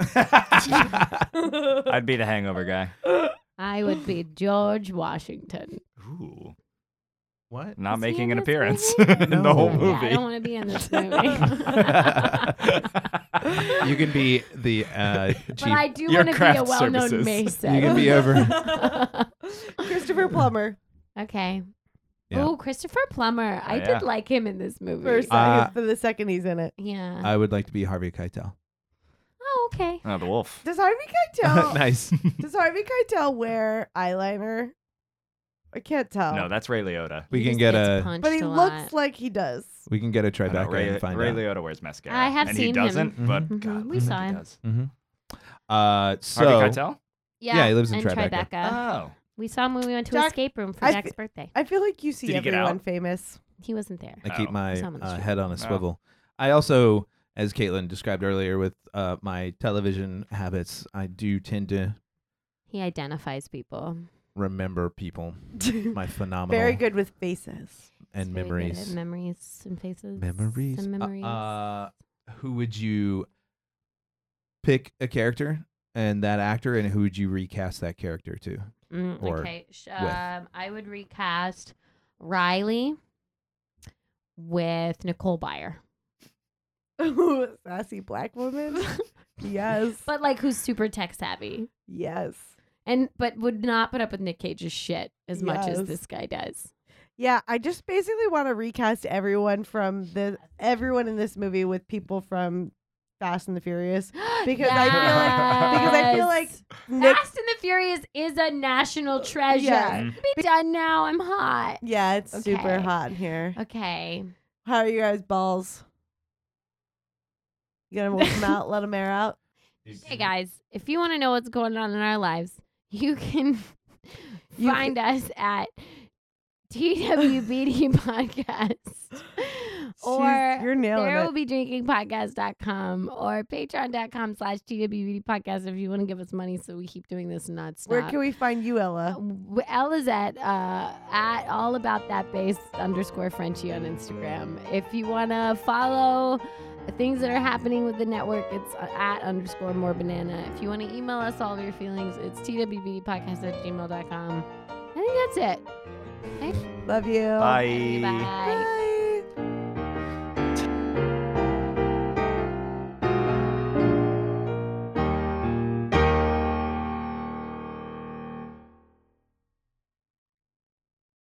[SPEAKER 10] I'd be the hangover guy.
[SPEAKER 3] I would be George Washington.
[SPEAKER 10] Ooh.
[SPEAKER 5] what?
[SPEAKER 10] Not
[SPEAKER 3] Is he
[SPEAKER 10] making an
[SPEAKER 3] in this
[SPEAKER 10] appearance
[SPEAKER 3] movie?
[SPEAKER 10] in the whole
[SPEAKER 5] No.
[SPEAKER 3] Yeah, I
[SPEAKER 10] movie.
[SPEAKER 3] don't want to be in this movie.
[SPEAKER 5] You can be the uh,
[SPEAKER 3] But
[SPEAKER 5] chief.
[SPEAKER 3] I do
[SPEAKER 10] Your
[SPEAKER 3] want to be a
[SPEAKER 10] craft
[SPEAKER 3] well-known
[SPEAKER 10] services.
[SPEAKER 3] Mason.
[SPEAKER 5] You can be over.
[SPEAKER 2] Christopher Plummer.
[SPEAKER 3] okay.
[SPEAKER 5] Yeah.
[SPEAKER 3] Oh, Christopher Plummer. I
[SPEAKER 10] yeah.
[SPEAKER 3] did like him in this movie.
[SPEAKER 2] For, a second,
[SPEAKER 5] Uh,
[SPEAKER 2] for the second he's in it.
[SPEAKER 3] yeah.
[SPEAKER 5] I would like to be Harvey Keitel.
[SPEAKER 3] oh, okay.
[SPEAKER 10] oh, the wolf.
[SPEAKER 2] Does Harvey Keitel?
[SPEAKER 5] nice.
[SPEAKER 2] Does Harvey Keitel wear eyeliner? I can't
[SPEAKER 3] Oh.
[SPEAKER 2] tell.
[SPEAKER 10] No, that's Ray Liotta.
[SPEAKER 5] We
[SPEAKER 3] He
[SPEAKER 5] can
[SPEAKER 3] just
[SPEAKER 5] get
[SPEAKER 3] gets
[SPEAKER 5] a
[SPEAKER 3] punched
[SPEAKER 2] but he
[SPEAKER 3] a
[SPEAKER 2] looks
[SPEAKER 3] lot.
[SPEAKER 2] like he does.
[SPEAKER 5] we can get a
[SPEAKER 10] I know,
[SPEAKER 5] try
[SPEAKER 10] Ray,
[SPEAKER 5] and find
[SPEAKER 10] Ray
[SPEAKER 5] out.
[SPEAKER 10] Liotta wears mascara.
[SPEAKER 3] I have
[SPEAKER 10] and
[SPEAKER 3] seen
[SPEAKER 10] he
[SPEAKER 3] him.
[SPEAKER 10] doesn't,
[SPEAKER 5] Mhm.
[SPEAKER 10] but
[SPEAKER 3] Mhm.
[SPEAKER 10] God,
[SPEAKER 3] We
[SPEAKER 10] I think
[SPEAKER 3] saw
[SPEAKER 10] he
[SPEAKER 3] him.
[SPEAKER 10] does.
[SPEAKER 5] Mm-hmm. Uh, so
[SPEAKER 10] Harvey Keitel?
[SPEAKER 3] Yeah,
[SPEAKER 5] Yeah, he lives in
[SPEAKER 3] and
[SPEAKER 5] Tribeca.
[SPEAKER 10] Oh.
[SPEAKER 3] We saw him when we went to
[SPEAKER 2] Jack-
[SPEAKER 3] escape room for
[SPEAKER 2] I
[SPEAKER 3] Jack's
[SPEAKER 2] fe-
[SPEAKER 3] birthday.
[SPEAKER 2] I feel like you see
[SPEAKER 10] Did he get
[SPEAKER 2] everyone
[SPEAKER 10] out?
[SPEAKER 2] famous.
[SPEAKER 3] He wasn't there.
[SPEAKER 5] I keep
[SPEAKER 10] Oh.
[SPEAKER 5] my
[SPEAKER 3] Someone's
[SPEAKER 5] uh,
[SPEAKER 3] true.
[SPEAKER 5] head on a
[SPEAKER 10] Wow.
[SPEAKER 5] swivel. I also, as Caitlin described earlier, with uh, my television habits, I do tend to
[SPEAKER 3] He identifies people.
[SPEAKER 5] remember people. My phenomenal
[SPEAKER 2] Very good with faces.
[SPEAKER 5] and
[SPEAKER 3] He's really good at
[SPEAKER 5] memories.
[SPEAKER 3] memories and faces.
[SPEAKER 5] memories.
[SPEAKER 3] And
[SPEAKER 5] Uh,
[SPEAKER 3] memories.
[SPEAKER 5] uh, who would you pick a character and that actor, and who would you recast that character to?
[SPEAKER 3] Mm,
[SPEAKER 5] or
[SPEAKER 3] okay. sh- Um, I would recast Riley with Nicole Byer.
[SPEAKER 2] Ooh, sassy black woman. yes.
[SPEAKER 3] But like who's super tech savvy.
[SPEAKER 2] yes.
[SPEAKER 3] And but would not put up with Nick Cage's shit as much as
[SPEAKER 2] Yes.
[SPEAKER 3] this guy does.
[SPEAKER 2] Yeah, I just basically want to recast everyone from the everyone in this movie with people from Fast and the Furious because I feel like because I feel like
[SPEAKER 3] Yes.
[SPEAKER 2] Nick
[SPEAKER 3] Fast and the Furious is a national treasure.
[SPEAKER 2] Yeah.
[SPEAKER 3] Be done now. I'm hot.
[SPEAKER 2] Yeah, it's super
[SPEAKER 3] Okay.
[SPEAKER 2] hot in here.
[SPEAKER 3] Okay.
[SPEAKER 2] How are you guys balls? You gonna work 'em out, let 'em air out?
[SPEAKER 3] Hey guys, if you want to know what's going on in our lives, you can
[SPEAKER 2] You
[SPEAKER 3] find us at TWBD Podcast
[SPEAKER 2] She's-
[SPEAKER 3] or
[SPEAKER 2] you're nailing
[SPEAKER 3] there will
[SPEAKER 2] it.
[SPEAKER 3] be drinking podcast.com or patreon.com slash TWBD Podcast if you want to give us money so we keep doing this and not stop.
[SPEAKER 2] Where can we find you, Ella?
[SPEAKER 3] W- Elle is at uh, at all about that base underscore Frenchie on Instagram. If you want to follow the things that are happening with the network. It's uh, at underscore more banana. If you want to email us all of your feelings, it's twbdpodcast at gmail.com. I think that's it.
[SPEAKER 2] Love you.
[SPEAKER 4] Bye.
[SPEAKER 3] Bye.
[SPEAKER 2] Bye.